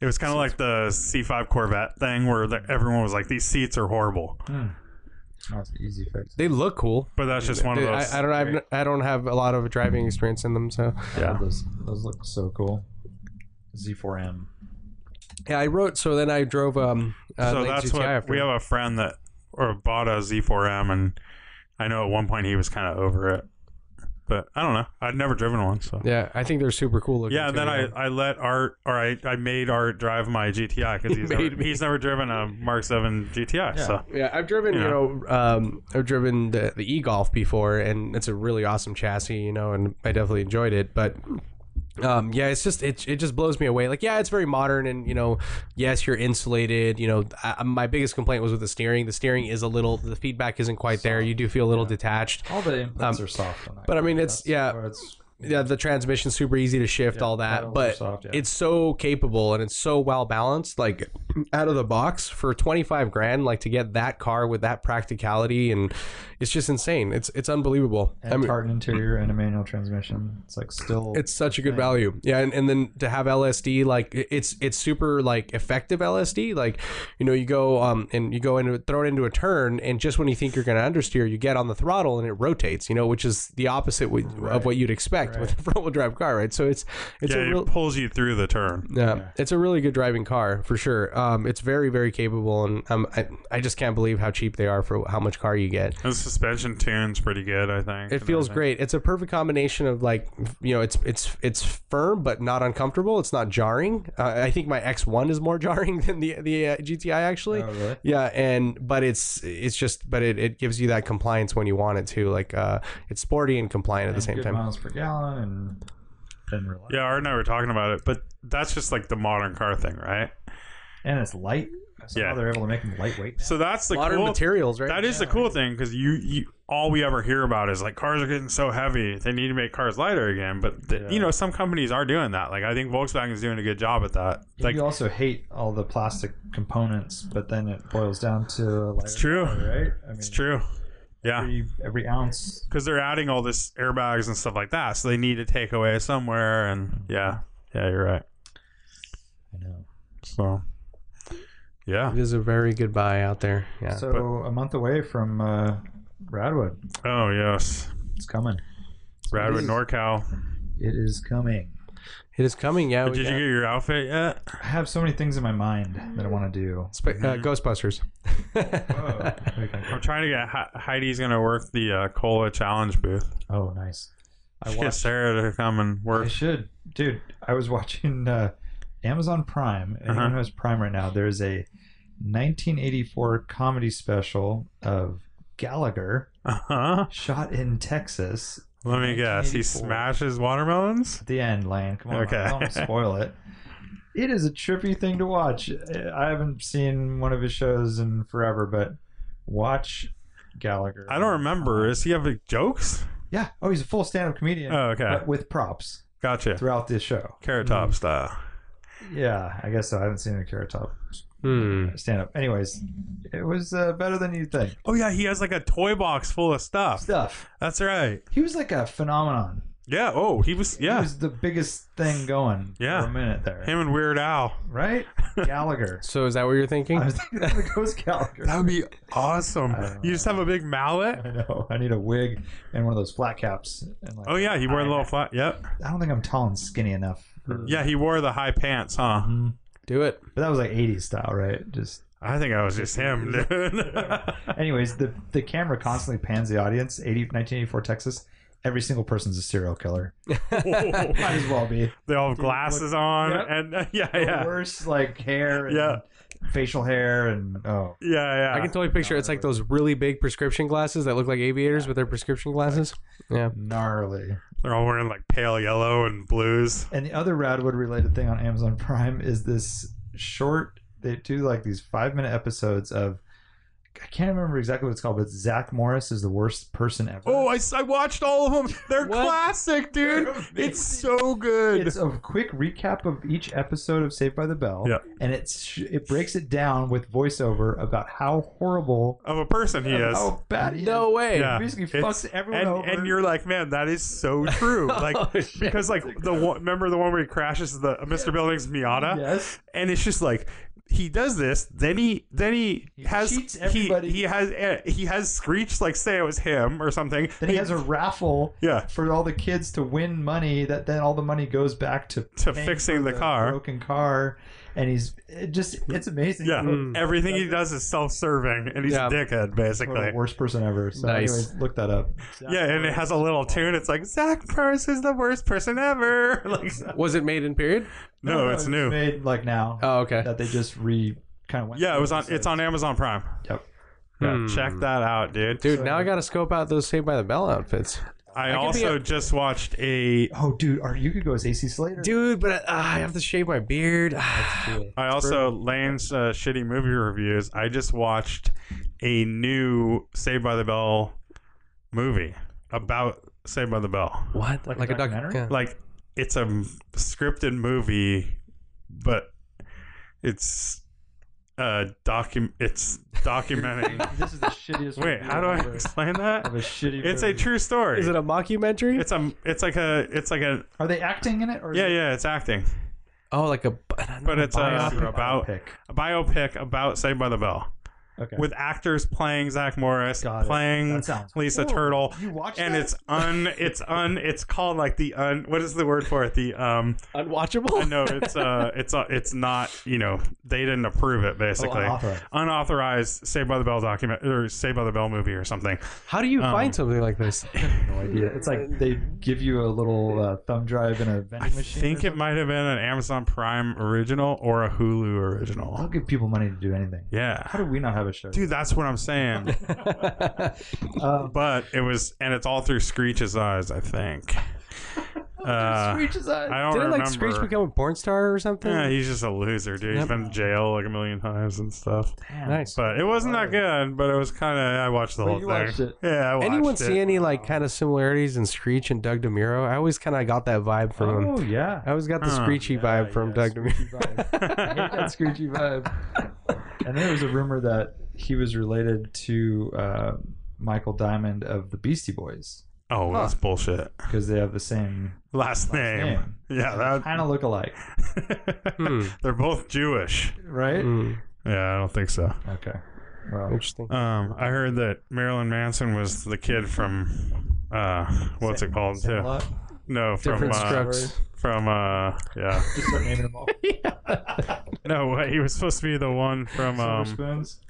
Speaker 3: It was kind of like the C five Corvette thing where the, everyone was like, "These seats are horrible."
Speaker 1: That's an easy fix.
Speaker 2: they look cool
Speaker 3: But that's just one of
Speaker 2: I,
Speaker 3: those.
Speaker 2: I don't have I don't have a lot of driving experience in them so
Speaker 1: Yeah. Those, those look so cool. Z4M.
Speaker 2: Yeah, I wrote. So then I drove. Um, uh,
Speaker 3: so
Speaker 2: Lake
Speaker 3: that's
Speaker 2: GTI
Speaker 3: what
Speaker 2: after.
Speaker 3: we have a friend that or bought a Z4M, and I know at one point he was kind of over it, but I don't know. I'd never driven one, so
Speaker 2: Yeah, I think they're super cool looking.
Speaker 3: yeah.
Speaker 2: too,
Speaker 3: Then I, I let Art or I, I made Art drive my GTI because he's
Speaker 2: made
Speaker 3: never,
Speaker 2: me.
Speaker 3: he's never driven a Mark Seven GTI,
Speaker 1: Yeah.
Speaker 3: so
Speaker 2: Yeah, I've driven,
Speaker 3: Yeah.
Speaker 2: you know, um, I've driven the, the e Golf before, and it's a really awesome chassis, you know, and I definitely enjoyed it. But um, yeah, it's just it, it just blows me away. Like, yeah, it's very modern, and you know, yes, you're insulated. You know, I, my biggest complaint was with the steering. The steering is a little, the feedback isn't quite there. You do feel a little detached.
Speaker 1: All the inputs
Speaker 2: Um,
Speaker 1: are soft on that.
Speaker 2: But I mean, it's
Speaker 1: That's
Speaker 2: yeah,
Speaker 1: where it's-
Speaker 2: yeah, the transmission's super easy to shift, all
Speaker 1: pedals
Speaker 2: that,
Speaker 1: are
Speaker 2: but
Speaker 1: soft, yeah.
Speaker 2: it's so capable and it's so well balanced. Like out of the box for twenty five grand, like to get that car with that practicality and it's just insane. It's it's unbelievable.
Speaker 1: and
Speaker 2: I mean,
Speaker 1: tartan interior and a manual transmission. It's like still.
Speaker 2: it's such a good value. Yeah, and, and then to have LSD, like it- it's it's super like effective LSD. Like you know, you go um and you go into throw it into a turn, and just when you think you're going to understeer, you get on the throttle and it rotates. You know, which is the opposite with, of what you'd expect with a front wheel drive car, right? So it's it's
Speaker 3: yeah,
Speaker 2: a real
Speaker 3: it pulls you through the turn.
Speaker 2: yeah, it's a really good driving car for sure. Um, it's very very capable, and um, I I just can't believe how cheap they are for how much car you get.
Speaker 3: And the suspension tune's pretty good, I think.
Speaker 2: It feels great. It's a perfect combination of like, you know, it's it's it's firm but not uncomfortable. It's not jarring. Uh, I think my X1 is more jarring than the the uh, GTI actually.
Speaker 1: Oh, really?
Speaker 2: Yeah, and but it's it's just but it, it gives you that compliance when you want it to. Like, uh, it's sporty and compliant at the
Speaker 1: and
Speaker 2: same
Speaker 1: good
Speaker 2: time.
Speaker 1: miles per gallon and then relax.
Speaker 3: Yeah, Art and I were talking about it, but that's just like the modern car thing, right?
Speaker 1: And it's light. Somehow
Speaker 3: Yeah.
Speaker 1: they're able to make them lightweight.
Speaker 3: So that's the
Speaker 2: Modern
Speaker 3: cool
Speaker 2: materials, right?
Speaker 3: That is the cool thing because you, you all we ever hear about is like cars are getting so heavy they need to make cars lighter again. But the, you know some companies are doing that. Like I think Volkswagen's doing a good job at that. Like
Speaker 1: you also hate all the plastic components, but then it boils down to a lighter
Speaker 3: it's true,
Speaker 1: car, right? I mean,
Speaker 3: it's true. Yeah,
Speaker 1: Every, every ounce.
Speaker 3: because they're adding all this airbags and stuff like that, so they need to take away somewhere. And yeah, yeah, you're right.
Speaker 1: I know.
Speaker 3: So yeah,
Speaker 2: It is a very good buy out there. Yeah.
Speaker 1: so a month away from uh, Radwood,
Speaker 3: oh yes,
Speaker 1: it's coming.
Speaker 3: Radwood NorCal.
Speaker 1: It is coming.
Speaker 2: It is coming. Yeah.
Speaker 3: Did
Speaker 2: we
Speaker 3: you
Speaker 2: got-
Speaker 3: get your outfit yet?
Speaker 1: I have so many things in my mind that I want to do.
Speaker 2: Sp- uh,
Speaker 3: Mm-hmm.
Speaker 2: Ghostbusters.
Speaker 3: I'm trying to get Hei- Heidi's gonna work the uh, Cola Challenge booth.
Speaker 1: Oh, nice. I
Speaker 3: Get
Speaker 1: watched.
Speaker 3: Sarah to come and
Speaker 1: I
Speaker 3: work.
Speaker 1: should, dude. I was watching uh, Amazon Prime. Anyone
Speaker 3: Uh-huh.
Speaker 1: who has Prime right now, there's a 1984 comedy special of Gallagher
Speaker 3: Uh huh.
Speaker 1: shot in Texas.
Speaker 3: Let me guess. He
Speaker 1: 1984.
Speaker 3: smashes watermelons?
Speaker 1: At the end, Lane. Come on,
Speaker 3: Okay.
Speaker 1: don't spoil it. It is a trippy thing to watch. I haven't seen one of his shows in forever, but watch Gallagher.
Speaker 3: I don't remember. Does he have like, jokes?
Speaker 1: Yeah. Oh, he's a full stand-up comedian.
Speaker 3: Oh, okay.
Speaker 1: But with props
Speaker 3: Gotcha.
Speaker 1: throughout this show.
Speaker 3: Carrot
Speaker 1: Mm-hmm.
Speaker 3: top style.
Speaker 1: Yeah, I guess so. I haven't seen a Carrot Top
Speaker 2: Hmm.
Speaker 1: stand up. Anyways, it was uh, better than you'd think.
Speaker 3: Oh, yeah. He has like a toy box full of stuff.
Speaker 1: Stuff.
Speaker 3: That's right.
Speaker 1: He was like a phenomenon.
Speaker 3: Yeah. Oh, he was.
Speaker 1: He
Speaker 3: Yeah.
Speaker 1: was the biggest thing going
Speaker 3: Yeah.
Speaker 1: for a minute there.
Speaker 3: Him and Weird Al.
Speaker 1: Right? Gallagher.
Speaker 2: So is that what you're thinking?
Speaker 1: I was thinking of the Ghost Gallagher.
Speaker 3: That would be awesome.
Speaker 1: I don't
Speaker 3: You just have a big mallet.
Speaker 1: I know. I need a wig and one of those flat caps. And like,
Speaker 3: Oh yeah, he wore a little flat. Yep.
Speaker 1: I don't think I'm tall and skinny enough. for- Mm-hmm.
Speaker 3: Yeah, he wore the high pants, huh?
Speaker 2: Do it.
Speaker 1: But that was like 80s style, right? Just.
Speaker 3: I think I was just him, dude.
Speaker 1: Anyways, the the camera constantly pans the audience. 80, 1984 Texas. Every single person's a serial killer. Might as well be.
Speaker 3: they all have glasses on, and yeah,
Speaker 1: The
Speaker 3: yeah,
Speaker 1: Worse, like hair. And
Speaker 3: Yeah.
Speaker 1: Facial hair and oh.
Speaker 3: yeah,
Speaker 2: I
Speaker 3: yeah.
Speaker 2: can totally picture it's like those really big prescription glasses that look like aviators with their prescription glasses. Yeah.
Speaker 1: Gnarly.
Speaker 3: They're all wearing like pale yellow and blues.
Speaker 1: And the other Radwood related thing on Amazon Prime is this short. They do like these five minute episodes of. I can't remember exactly what it's called, but Zach Morris is the worst person ever.
Speaker 3: Oh, I, s- I watched all of them. They're
Speaker 2: What?
Speaker 3: classic, dude. It's so good.
Speaker 1: it's a quick recap of each episode of Saved by the Bell,
Speaker 3: Yeah.
Speaker 1: and it's it breaks it down with voiceover about how horrible,
Speaker 3: of a person he is.
Speaker 1: how bad he
Speaker 2: No
Speaker 1: is.
Speaker 2: way.
Speaker 3: Oh, Yeah.
Speaker 1: basically
Speaker 3: It's-
Speaker 1: fucks everyone
Speaker 3: and,
Speaker 1: over.
Speaker 3: and you're like, man, that is so true. Like,
Speaker 1: Oh,
Speaker 2: Oh,
Speaker 3: because like the one, remember the one where he crashes the Mr. Building's Miata,
Speaker 1: yes,
Speaker 3: and it's just like he does this, then he then he,
Speaker 1: He
Speaker 3: has
Speaker 1: cheats
Speaker 3: he
Speaker 1: everybody.
Speaker 3: he has eh, he has Screech like say it was him or something.
Speaker 1: then he has a raffle
Speaker 3: yeah
Speaker 1: for all the kids to win money. That then all the money goes back to
Speaker 3: to
Speaker 1: paying
Speaker 3: fixing
Speaker 1: for
Speaker 3: the car.
Speaker 1: broken car, and he's it just it's amazing.
Speaker 3: Yeah,
Speaker 2: Mm.
Speaker 3: everything he does is self-serving, and he's
Speaker 2: Yeah.
Speaker 3: a dickhead
Speaker 1: Totally
Speaker 3: basically.
Speaker 1: worst person ever. So,
Speaker 2: Nice.
Speaker 1: anyways, look that up.
Speaker 3: Yeah, and it has a little tune. It's like Zach Purse is the worst person ever. Like,
Speaker 2: Was it made in period?
Speaker 3: no, it's new.
Speaker 1: Made like now
Speaker 2: Oh, okay.
Speaker 1: that they just re kind of went.
Speaker 3: Yeah, it
Speaker 1: through
Speaker 3: was on.
Speaker 1: episodes.
Speaker 3: It's on Amazon Prime.
Speaker 1: Yep.
Speaker 3: Yeah,
Speaker 2: Hmm.
Speaker 3: check that out, dude.
Speaker 2: Dude, now I gotta scope out those Saved by the Bell outfits.
Speaker 3: I,
Speaker 2: could be
Speaker 3: also
Speaker 2: a-
Speaker 3: just watched a.
Speaker 1: Oh, dude, or you could go as AC Slater.
Speaker 2: Dude, but I, ah, I have to shave my beard. Ah.
Speaker 3: I also Lane's uh, shitty movie reviews. I just watched a new Saved by the Bell movie about Saved by the Bell.
Speaker 2: what? Like,
Speaker 1: a
Speaker 2: a documentary?
Speaker 1: documentary?
Speaker 3: Like it's a m- scripted movie, but it's uh docu. It's documenting.
Speaker 1: this is the shittiest.
Speaker 3: Wait,
Speaker 1: review
Speaker 3: how do I
Speaker 1: I've ever-
Speaker 3: explain that?
Speaker 1: Of a shitty.
Speaker 3: It's a
Speaker 1: review.
Speaker 3: true story.
Speaker 2: Is it a mockumentary?
Speaker 3: it's a. It's like a. It's like a.
Speaker 1: Are they acting in it? Or is
Speaker 3: Yeah,
Speaker 1: it
Speaker 3: yeah. It's acting,
Speaker 2: oh, like a.
Speaker 3: but it's uh,
Speaker 1: biopic?
Speaker 3: about
Speaker 1: Biopic.
Speaker 3: a biopic about Saved by the Bell.
Speaker 1: Okay.
Speaker 3: with actors playing Zach Morris,
Speaker 1: Got it.
Speaker 3: playing
Speaker 1: That sounds
Speaker 3: Lisa
Speaker 1: cool.
Speaker 3: Turtle,
Speaker 1: you watch
Speaker 3: and
Speaker 1: that?
Speaker 3: it's un, it's un, it's called like the un. What is the word for it? The um,
Speaker 2: unwatchable?
Speaker 3: no, it's uh, it's uh, it's not. You know, they didn't approve it basically.
Speaker 1: Oh, unauthorized.
Speaker 3: Unauthorized Saved by the Bell document or Saved by the Bell movie or something.
Speaker 2: How do you
Speaker 3: Um,
Speaker 2: find something like this?
Speaker 1: no idea. It's like they give you a little uh, thumb drive and a
Speaker 3: I
Speaker 1: vending machine.
Speaker 3: think it might have been an Amazon Prime original or a Hulu
Speaker 1: I'll
Speaker 3: original.
Speaker 1: give people money to do anything. How
Speaker 3: Yeah,
Speaker 1: do we not have a show?
Speaker 3: dude, that's what I'm saying.
Speaker 1: Uh,
Speaker 3: But it was, and it's all through Screech's eyes, I think. Uh,
Speaker 1: Screech's eyes.
Speaker 3: I don't
Speaker 2: Didn't
Speaker 3: remember.
Speaker 2: like Screech become a porn star or something?
Speaker 3: Yeah, he's just a loser, dude. He's
Speaker 2: Yep.
Speaker 3: been in jail like a million times and stuff.
Speaker 1: Damn.
Speaker 2: nice.
Speaker 3: But it wasn't that good. But it was kind of. I watched the
Speaker 1: But
Speaker 3: whole
Speaker 1: you
Speaker 3: thing.
Speaker 1: watched it.
Speaker 3: Yeah, I watched
Speaker 2: Anyone
Speaker 3: it.
Speaker 2: see any like kind of similarities in Screech and Doug DeMuro? I always kind of got that vibe from him.
Speaker 1: Oh yeah.
Speaker 2: I always got the
Speaker 3: Huh.
Speaker 2: Screechy vibe from
Speaker 1: yeah,
Speaker 2: Doug DeMuro.
Speaker 1: screechy vibe. I hate that screechy vibe. And there was a rumor that he was related to uh, Michael Diamond of the Beastie Boys
Speaker 3: oh, well, that's bullshit.
Speaker 1: because they have the same
Speaker 3: Last, name.
Speaker 1: name.
Speaker 3: Yeah,
Speaker 1: kind of look alike,
Speaker 3: that.
Speaker 2: Hmm.
Speaker 3: They're both Jewish.
Speaker 1: right?
Speaker 2: Mm,
Speaker 3: Yeah, I don't think so.
Speaker 1: Okay. Well,
Speaker 2: interesting.
Speaker 3: Um, I heard that Marilyn Manson was the kid from. Uh, what's it called? Yeah.
Speaker 1: Lot.
Speaker 3: No, from
Speaker 2: Different
Speaker 3: uh,
Speaker 2: strokes.
Speaker 3: from uh, yeah.
Speaker 1: Just start naming them all.
Speaker 3: No, wait, he was supposed to be the one from
Speaker 1: Silver
Speaker 3: um,
Speaker 1: spoons.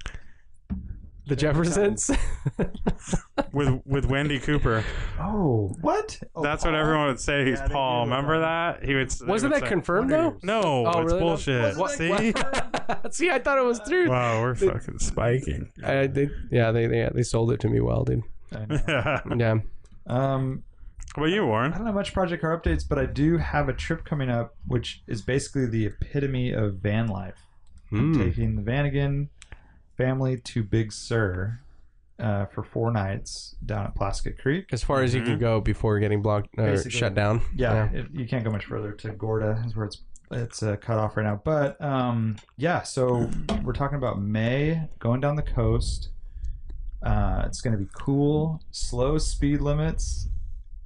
Speaker 2: The Jeffersons.
Speaker 3: with with Wendy Cooper.
Speaker 1: Oh, what? Oh,
Speaker 3: That's what everyone would say. He's
Speaker 1: Yeah, they
Speaker 3: Paul.
Speaker 1: do look
Speaker 3: Remember that? He would. they
Speaker 2: Wasn't
Speaker 3: would
Speaker 2: that
Speaker 3: say-
Speaker 2: confirmed though?
Speaker 3: No,
Speaker 2: Oh,
Speaker 3: it's
Speaker 2: really?
Speaker 3: bullshit.
Speaker 2: Wasn't
Speaker 3: See?
Speaker 2: See, I thought it was true.
Speaker 3: wow, we're fucking spiking.
Speaker 2: I, they, yeah, they, they they sold it to me well, dude.
Speaker 1: I know.
Speaker 3: what
Speaker 2: Yeah.
Speaker 1: Um,
Speaker 3: about you,
Speaker 1: I
Speaker 3: Warren?
Speaker 1: don't have much project car updates, but I do have a trip coming up, which is basically the epitome of van life.
Speaker 3: Hmm.
Speaker 1: I'm
Speaker 2: Mm.
Speaker 1: taking the Vanagon family to Big Sur uh, for four nights down at Plaskett Creek.
Speaker 2: As far as
Speaker 3: Mm-hmm.
Speaker 2: you can go before getting blocked or
Speaker 1: Basically.
Speaker 2: shut down.
Speaker 1: Yeah, It, you can't go much further to Gorda, is where it's it's uh, cut off right now. But um, yeah, so we're talking about May going down the coast. Uh, it's going to be cool, slow speed limits,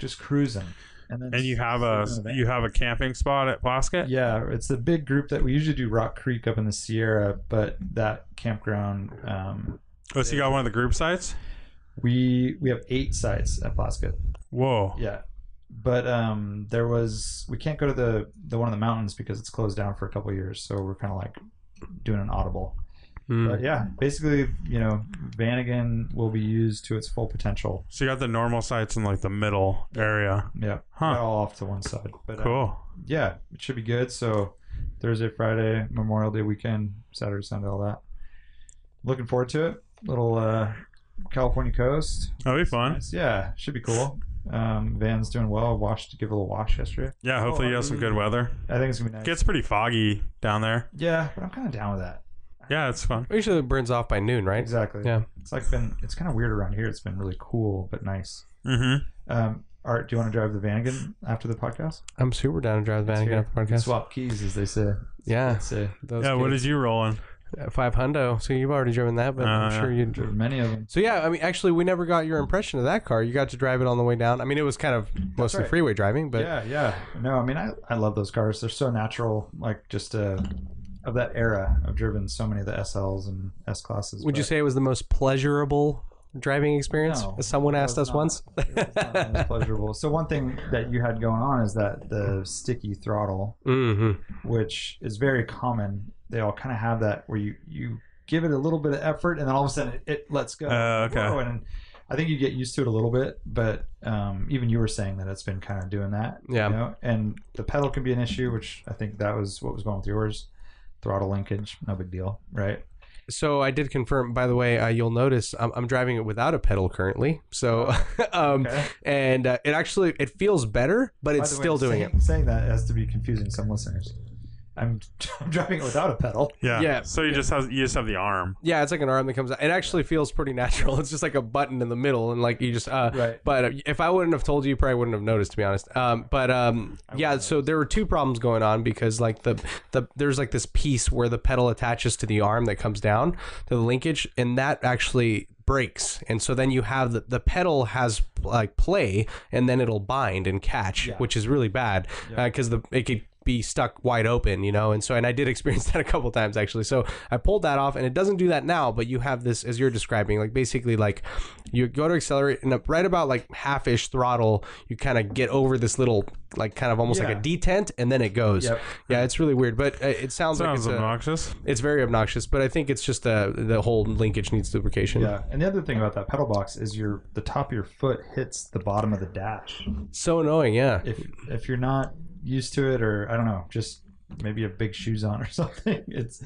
Speaker 1: just cruising. And then
Speaker 3: And you have a
Speaker 1: sleeping in the van.
Speaker 3: you have a camping spot at Wasket.
Speaker 1: yeah, it's the big group that we usually do Rock Creek up in the Sierra, but that campground um,
Speaker 3: Oh, so you got one of the group sites?
Speaker 1: we we have eight sites at Plaska.
Speaker 3: Whoa.
Speaker 1: Yeah. But um, there was we can't go to the the one in the mountains because it's closed down for a couple years, so we're kind of like doing an audible.
Speaker 3: Hmm.
Speaker 2: Hmm.
Speaker 1: But yeah, basically, you know, Vanagon will be used to its full potential.
Speaker 3: So you got the normal sites in like the middle area.
Speaker 1: Yeah,
Speaker 3: Huh.
Speaker 1: They're all off to one side. But uh,
Speaker 3: Cool.
Speaker 1: yeah, it should be good. So Thursday, Friday, Memorial Day weekend, Saturday, Sunday, all that. Looking forward to it. Little uh, California coast.
Speaker 3: That'll be fun.
Speaker 1: Nice. Yeah, should be cool. Um, Van's doing well. Washed, give it a little wash yesterday.
Speaker 3: Yeah, hopefully you have some good weather.
Speaker 1: I think it's gonna be Oh, mm. nice.
Speaker 3: Gets pretty foggy down there.
Speaker 1: yeah, but I'm kind of down with that.
Speaker 3: Yeah, it's fun.
Speaker 2: Usually it burns off by noon, right?
Speaker 1: Exactly.
Speaker 2: Yeah.
Speaker 1: It's like been. It's kind of weird around here. It's been really cool but nice.
Speaker 3: Mm-hmm.
Speaker 1: Um, Art, do you want to drive the Vanagon after the podcast?
Speaker 2: I'm super down to drive the
Speaker 1: Let's
Speaker 2: van and get
Speaker 1: hear
Speaker 2: off the podcast.
Speaker 1: Swap keys, as they say.
Speaker 2: yeah.
Speaker 1: I'd say
Speaker 2: Those
Speaker 3: Yeah, what
Speaker 2: kids.
Speaker 3: is you rolling?
Speaker 2: Uh, five hundo? So you've already driven that, but I'm
Speaker 3: Uh,
Speaker 2: sure you.
Speaker 1: there were many of them.
Speaker 2: So yeah, I mean, actually, we never got your impression of that car. You got to drive it on the way down. I mean, it was kind of mostly
Speaker 1: right.
Speaker 2: freeway driving, but
Speaker 1: yeah, yeah. No, I mean, I, I love those cars. They're so natural. Like just uh, of that era. I've driven so many of the SLs and S classes.
Speaker 2: would you say it was the most pleasurable driving experience?
Speaker 1: No,
Speaker 2: as someone
Speaker 1: it
Speaker 2: asked
Speaker 1: was
Speaker 2: us
Speaker 1: not.
Speaker 2: once.
Speaker 1: it's not the most um, pleasurable? So one thing that you had going on is that the sticky throttle
Speaker 2: hmm
Speaker 1: which is very common. They all kind of have that where you you give it a little bit of effort and then all of a sudden it, it lets go.
Speaker 3: Uh, okay.
Speaker 1: Whoa, and I think you get used to it a little bit, but um, even you were saying that it's been kind of doing that.
Speaker 2: Yeah.
Speaker 1: You know? And the pedal can be an issue, which I think that was what was going with yours. Throttle linkage, no big deal, right?
Speaker 2: So I did confirm. By the way, uh, you'll notice I'm, I'm driving it without a pedal currently. So, um,
Speaker 1: Oh, Okay.
Speaker 2: and uh, it actually it feels better, but
Speaker 1: By
Speaker 2: it's
Speaker 1: the way,
Speaker 2: still doing
Speaker 1: saying, Saying that has to be confusing some listeners. I'm, I'm driving it without a pedal.
Speaker 3: Yeah.
Speaker 2: Yeah.
Speaker 3: So you just have you just have the arm.
Speaker 2: it. Yeah, it's like an arm that comes out. It actually feels pretty natural. It's just like a button in the middle, and like you just uh,
Speaker 1: Right.
Speaker 2: But if I wouldn't have told you, you probably wouldn't have noticed, to be honest. Um, but um, yeah, so there were two problems going on because like the the there's like this piece where the pedal attaches to the arm that comes down to the linkage, and that actually breaks, and so then you have the the pedal has like play, and then it'll bind and catch, which is really bad because the it could be stuck wide open, you know, and so and I did experience that a couple times actually. So I pulled that off, and it doesn't do that now. But you have this as you're describing, like basically like you go to accelerate and up right about like half ish throttle, you kind of get over this little like kind of almost like
Speaker 1: Yeah.
Speaker 2: a detent, and then it goes.
Speaker 1: Yep.
Speaker 2: Yeah, it's really weird, but uh, it sounds, like it's,
Speaker 3: Sounds
Speaker 2: a,
Speaker 3: obnoxious.
Speaker 2: it's very obnoxious. But I think it's just the the whole linkage needs lubrication.
Speaker 1: Yeah. And the other thing about that pedal box is your the top of your foot hits the bottom of the dash.
Speaker 2: So annoying. Yeah.
Speaker 1: if if you're not used to it or I don't know, just maybe you have big shoes on or something. It's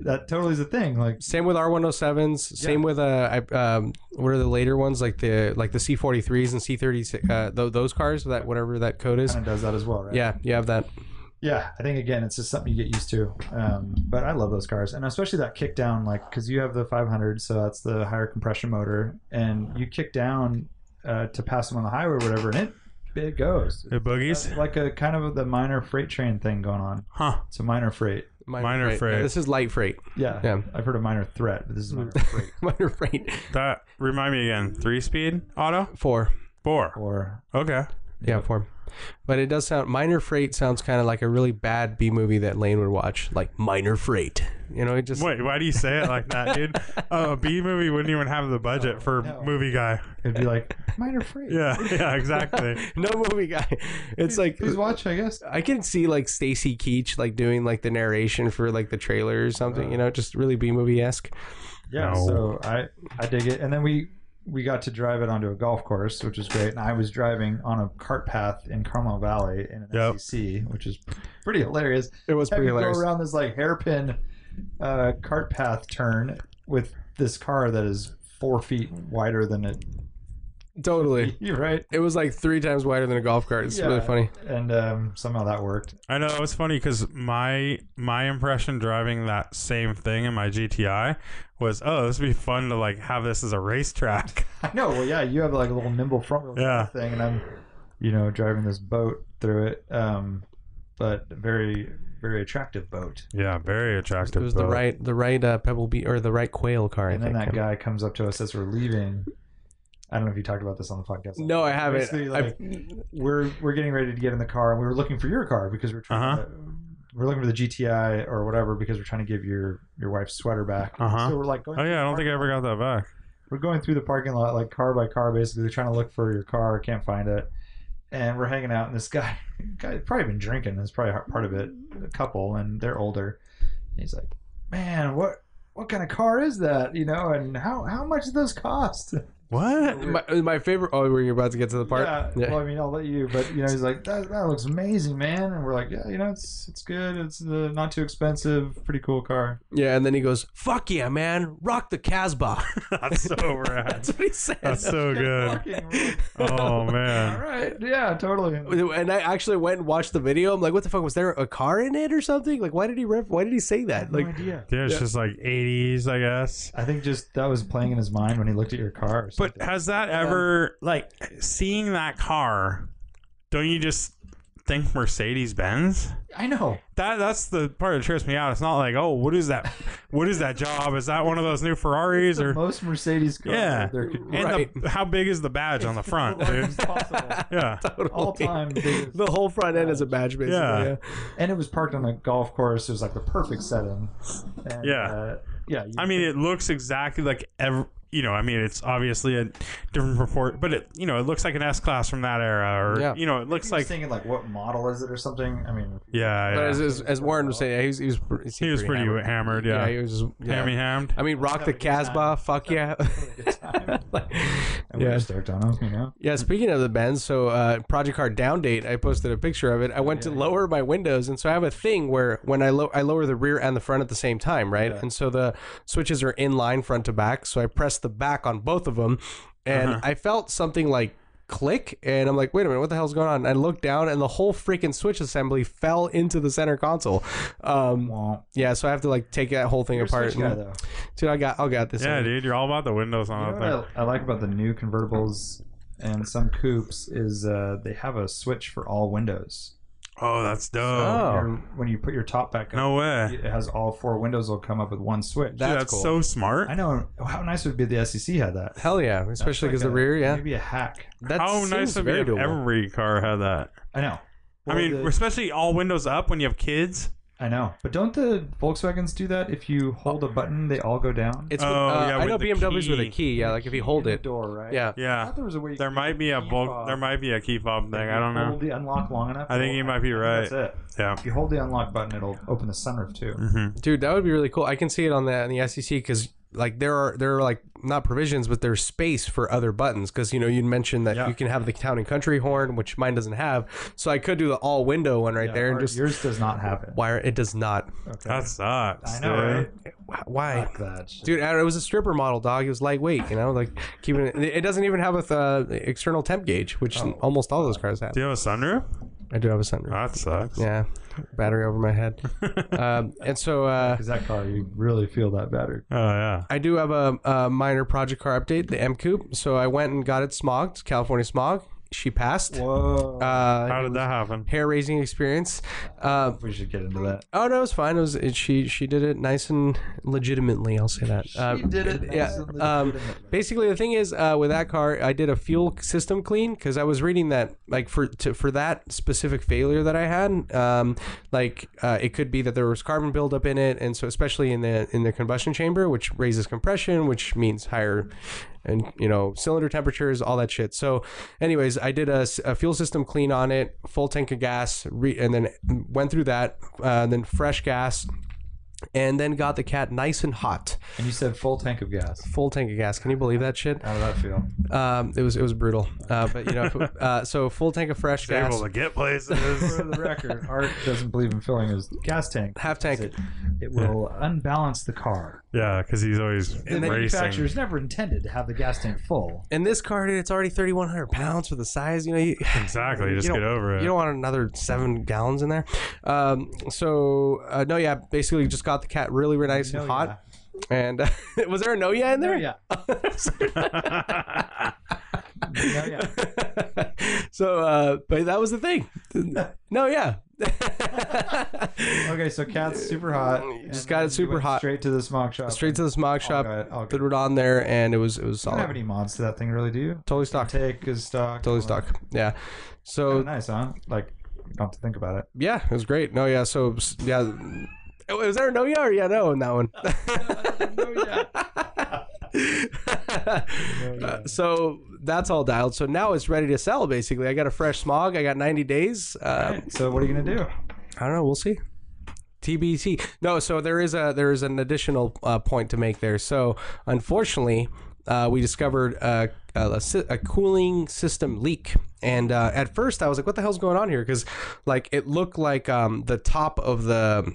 Speaker 1: that totally is a thing. Like
Speaker 2: Same with R107s. Same with uh, I, um, what are the later ones like the like the C43s and C36? Uh, th- those cars that whatever that code is.
Speaker 1: kind of does that as well, right?
Speaker 2: Yeah, you have that.
Speaker 1: yeah. I think again, it's just something you get used to. Um, but I love those cars, and especially that kick down, like because you have the 500, so that's the higher compression motor, and you kick down uh, to pass them on the highway or whatever, and it it goes.
Speaker 3: The boogies.
Speaker 1: It's like a kind of the minor freight train thing going on.
Speaker 3: Huh.
Speaker 1: It's a minor freight.
Speaker 3: Minor freight.
Speaker 2: Yeah, this is light freight.
Speaker 1: Yeah.
Speaker 2: Yeah.
Speaker 1: I've heard of minor threat, but this is minor freight.
Speaker 2: Minor freight.
Speaker 3: That remind me again. Three speed auto.
Speaker 2: Four.
Speaker 3: Four.
Speaker 1: Or
Speaker 3: Okay.
Speaker 2: Yeah, four. But it does sound minor freight sounds kind of like a really bad B movie that Lane would watch, like minor freight. You know, it just
Speaker 3: Wait, why do you say it like that, dude? Oh, a B movie wouldn't even have the budget for movie guy.
Speaker 1: it'd be like minor freight.
Speaker 3: Yeah, yeah, exactly.
Speaker 2: no movie guy. It's like
Speaker 1: Please watch, I guess.
Speaker 2: I can see like Stacy Keach like doing like the narration for like the trailer or something. You know, just really B movie esque.
Speaker 1: Yeah.
Speaker 3: No.
Speaker 1: So I I dig it, and then we we got to drive it onto a golf course, which is great. And I was driving on a cart path in Carmel Valley in an
Speaker 3: Yep.
Speaker 1: SEC, which is pretty hilarious.
Speaker 2: It was
Speaker 1: Have
Speaker 2: pretty
Speaker 1: you
Speaker 2: hilarious.
Speaker 1: Go around this like hairpin uh, cart path turn with this car that is four feet wider than it.
Speaker 2: Totally.
Speaker 1: You're right.
Speaker 2: It was like three times wider than a golf cart. It's really
Speaker 1: Yeah.
Speaker 2: funny.
Speaker 1: And um, somehow that worked.
Speaker 3: I know it was funny because my my impression driving that same thing in my GTI was, oh, this would be fun to like have this as a racetrack.
Speaker 1: I know. Well, yeah, you have like a little nimble front wheel
Speaker 3: Yeah.
Speaker 1: drive thing, and I'm, you know, driving this boat through it. Um, but very, very attractive boat.
Speaker 3: Yeah, very attractive.
Speaker 2: It was the
Speaker 3: boat.
Speaker 2: right the right uh, pebble be or the right quail car. I
Speaker 1: And then
Speaker 2: think.
Speaker 1: that guy comes up to us as we're leaving, I don't know if you talked about this on the podcast.
Speaker 2: No, I haven't.
Speaker 1: Basically,
Speaker 2: I've-
Speaker 1: like, we're we're getting ready to get in the car, and we were looking for your car because we're trying
Speaker 3: Uh-huh.
Speaker 1: to, we're looking for the GTI or whatever because we're trying to give your your wife's sweater back.
Speaker 3: Uh-huh.
Speaker 1: So we're like, going
Speaker 3: Oh
Speaker 1: through
Speaker 3: yeah, I
Speaker 1: the
Speaker 3: don't think I ever got that back.
Speaker 1: we're going through the parking lot like car by car basically they're trying to look for your car can't find it and we're hanging out and this guy guy had probably been drinking that's probably part of it a couple and they're older and he's like man what what kind of car is that you know and how how much does those cost
Speaker 3: What?
Speaker 2: My, my favorite. Oh, were you about to get to the part?
Speaker 1: yeah, well i mean i'll let you but you know he's like that, that looks amazing man and we're like yeah you know it's it's good it's uh, not too expensive pretty cool car
Speaker 2: Yeah, and then he goes, "Fuck yeah, man! Rock the Casbah."
Speaker 3: That's so rad.
Speaker 2: That's what he said.
Speaker 3: That's so good.
Speaker 1: Fucking- we're like,
Speaker 3: Oh
Speaker 1: all
Speaker 3: man.
Speaker 1: right yeah totally
Speaker 2: and I actually went and watched the video. I'm like, "What the fuck was there a car in it or something? Like, why did he ref- Why did he say
Speaker 1: I
Speaker 2: that?
Speaker 1: have no
Speaker 2: Like,
Speaker 1: idea
Speaker 3: Yeah, it's just like 80s, I guess.
Speaker 1: I think just that was playing in his mind when he looked at your car. Or
Speaker 3: But
Speaker 1: something.
Speaker 3: has that ever like seeing that car? Don't you just think Mercedes Benz?
Speaker 1: I know.
Speaker 3: That that's the part that trips me out. It's not like oh, what is that? What is that job? Is that one of those new Ferraris or?
Speaker 1: Most Mercedes cars,
Speaker 3: Yeah.
Speaker 1: there could be
Speaker 3: And
Speaker 2: Right.
Speaker 3: the, how big is the badge on the front, dude?
Speaker 1: largest possible
Speaker 3: Yeah.
Speaker 1: all time. biggest.
Speaker 2: the whole front end is a badge, basically.
Speaker 3: Yeah.
Speaker 2: Yeah.
Speaker 1: And it was parked on a golf course. It was like the perfect setting. And,
Speaker 3: Yeah.
Speaker 1: uh, yeah. you-
Speaker 3: I mean, it looks exactly like every. You know, I mean, it's obviously a different report, but it, you know, it looks like an S class from that era, or
Speaker 2: Yeah.
Speaker 3: you know, it
Speaker 1: he
Speaker 3: looks
Speaker 1: was
Speaker 3: like,
Speaker 1: thinking like, what model is it or something? I mean,
Speaker 3: yeah,
Speaker 2: But
Speaker 3: yeah.
Speaker 2: as, as, as Warren was saying, yeah, he was he was, pr- he seemed
Speaker 3: he was pretty hammered, yeah.
Speaker 2: he was just, yeah.
Speaker 3: Hammy hammed.
Speaker 2: I mean, rock the Casbah. Fuck yeah. Like,
Speaker 1: and we
Speaker 2: Yeah.
Speaker 1: were stoked on him, you know.
Speaker 2: Yeah, speaking of the bends, so uh, Project Hard Down Date, I posted a picture of it. I went to lower my windows, and so I have a thing where when I low, I lower the rear and the front at the same time, right? And so the switches are in line front to back. So I pressed the back on both of them, and
Speaker 1: Uh-huh.
Speaker 2: I felt something like click, and I'm like, wait a minute, what the hell's going on? I looked down, and the whole freaking switch assembly fell into the center console. Um,
Speaker 1: Well,
Speaker 2: yeah, so I have to like take that whole thing
Speaker 1: you're a
Speaker 2: apart.
Speaker 1: switch guy,
Speaker 2: and-
Speaker 3: Oh,
Speaker 1: though.
Speaker 2: Dude, I got I got this.
Speaker 3: Yeah,
Speaker 2: thing.
Speaker 3: dude, you're all about the windows on
Speaker 1: You
Speaker 3: that
Speaker 1: know
Speaker 3: thing.
Speaker 1: what I, I like about the new convertibles and some coupes is uh, they have a switch for all windows.
Speaker 3: Oh, that's dope.
Speaker 2: Oh.
Speaker 1: Your- When you put your top back up,
Speaker 3: No way.
Speaker 1: it has all four windows will come up with one switch.
Speaker 3: Dude,
Speaker 2: That's
Speaker 3: that's
Speaker 2: cool.
Speaker 3: so smart.
Speaker 1: I know how nice it would be if the SEC had that,
Speaker 2: Hell yeah, especially because
Speaker 1: That's like
Speaker 2: the
Speaker 1: a-
Speaker 2: rear, yeah.
Speaker 1: maybe a hack.
Speaker 2: That's
Speaker 3: How nice of
Speaker 2: very
Speaker 3: you
Speaker 2: doable.
Speaker 3: if every car had that.
Speaker 1: I know,
Speaker 3: I mean,
Speaker 1: the-
Speaker 3: especially all windows up when you have kids.
Speaker 1: I know, but don't the Volkswagens do that? If you hold a button, they all go down.
Speaker 2: It's
Speaker 3: Oh,
Speaker 2: uh,
Speaker 3: yeah,
Speaker 2: I
Speaker 3: with
Speaker 2: know
Speaker 3: the
Speaker 2: BMWs with a
Speaker 3: key.
Speaker 2: key. Yeah, like if you hold
Speaker 1: In the
Speaker 2: it.
Speaker 1: door, right?
Speaker 2: Yeah.
Speaker 1: I
Speaker 3: Yeah,
Speaker 1: thought there was a way. you
Speaker 3: there
Speaker 1: could
Speaker 3: might be a
Speaker 1: key
Speaker 3: bulk.
Speaker 1: fob.
Speaker 3: There might be a key fob thing.
Speaker 1: If
Speaker 3: I
Speaker 1: you
Speaker 3: don't know.
Speaker 1: Hold the unlock long enough.
Speaker 3: I think you
Speaker 1: it'll-
Speaker 3: might be
Speaker 1: I
Speaker 3: right.
Speaker 1: think That's it.
Speaker 3: Yeah.
Speaker 1: If you hold the unlock button, it'll open the sunroof too.
Speaker 2: Mm.
Speaker 3: Mm-hmm.
Speaker 2: Dude, that would be really cool. I can see it on the on the SEC because like there are there are like not provisions, but there's space for other buttons because you know you mentioned that
Speaker 3: Yeah.
Speaker 2: you can have the town and country horn, which mine doesn't have. So I could do the all window one right
Speaker 1: Yeah,
Speaker 2: there and
Speaker 1: our-
Speaker 2: just
Speaker 1: yours does not have it.
Speaker 2: wire. It does not.
Speaker 1: Okay.
Speaker 3: That sucks.
Speaker 1: I know,
Speaker 3: dude.
Speaker 1: right?
Speaker 2: Why?
Speaker 1: Fuck that. shit.
Speaker 2: Dude, I don't- it was a stripper model, dog. It was lightweight, you know, like keeping it. It doesn't even have a th- external temp gauge, which
Speaker 3: Oh.
Speaker 2: almost all those cars have.
Speaker 3: Do you have a sunroof?
Speaker 2: I do have a sunroof.
Speaker 3: That sucks. Oh,
Speaker 2: Yeah, battery over my head. um, and so uh,
Speaker 1: Because that car, you really feel that battery.
Speaker 3: Oh yeah.
Speaker 2: I do have a, a minor project car update, the M Coupe. So I went and got it smogged, California smog. She passed.
Speaker 1: Whoa.
Speaker 2: Uh,
Speaker 3: How did that happen?
Speaker 2: Hair raising experience. Uh,
Speaker 1: we should get into that.
Speaker 2: oh no, it was fine. It was it, she she did it nice and legitimately. I'll say that. Uh, She
Speaker 1: did it nice and legitimately.
Speaker 2: um, basically, the thing is uh, with that car, I did a fuel system clean because I was reading that like for to, for that specific failure that I had, um, like uh, it could be that there was carbon buildup in it, and so especially in the in the combustion chamber, which raises compression, which means higher. And you know cylinder temperatures, all that shit. So, anyways, I did a, s- a fuel system clean on it, full tank of gas, re- and then went through that, uh, and then fresh gas, and then got the cat nice and hot,
Speaker 1: And you said full tank of gas.
Speaker 2: full tank of gas. Can you believe that shit?
Speaker 1: How did that feel?
Speaker 2: Um, it was it was brutal, uh, but you know, uh, so full tank of fresh gas,
Speaker 3: Able to get places.
Speaker 1: For the record, Art doesn't believe in filling his gas tank.
Speaker 2: half tank.
Speaker 1: It, it will unbalance the car.
Speaker 3: yeah, because he's always
Speaker 1: The
Speaker 3: racing.
Speaker 1: manufacturer's never intended to have the gas tank full.
Speaker 2: And this car, dude, it's already thirty one hundred pounds for the size. You know, you,
Speaker 3: Exactly. Just
Speaker 2: you
Speaker 3: get
Speaker 2: don't-
Speaker 3: over it.
Speaker 2: You don't want another seven gallons in there. Um, so uh, no, yeah, basically just got the cat really, really nice and
Speaker 1: No,
Speaker 2: hot. And uh, was there a no Oh, yeah in there?
Speaker 1: yeah. No, yeah.
Speaker 2: so, uh, but that was the thing. No, yeah.
Speaker 1: Okay, so cat's super hot. and
Speaker 2: Just got
Speaker 1: then
Speaker 2: it
Speaker 1: you
Speaker 2: super
Speaker 1: went
Speaker 2: hot.
Speaker 1: Straight to the smog shop.
Speaker 2: Straight to the smog shop,
Speaker 1: good, all good.
Speaker 2: threw it on there, and it was it was
Speaker 1: You don't
Speaker 2: solid.
Speaker 1: have any mods to that thing, really, do you?
Speaker 2: totally stocked.
Speaker 1: Take is stock.
Speaker 2: Totally stocked. Yeah.
Speaker 1: Oh,
Speaker 2: So
Speaker 1: nice, huh? Like, not to think about it.
Speaker 2: yeah, it was great. No, yeah. So s- yeah, Oh, was there a no yeah or yeah no in that one? Uh, so that's all dialed. So now it's ready to sell. Basically, I got a fresh smog. I got 90 days. Uh,
Speaker 1: So what are you gonna do?
Speaker 2: I don't know. We'll see. TBT. No, so there is a there is an additional uh, point to make there. So unfortunately, uh, we discovered a, a, a sy- a cooling system leak, and uh, at first I was like, "What the hell's going on here?" Because like it looked like um, the top of the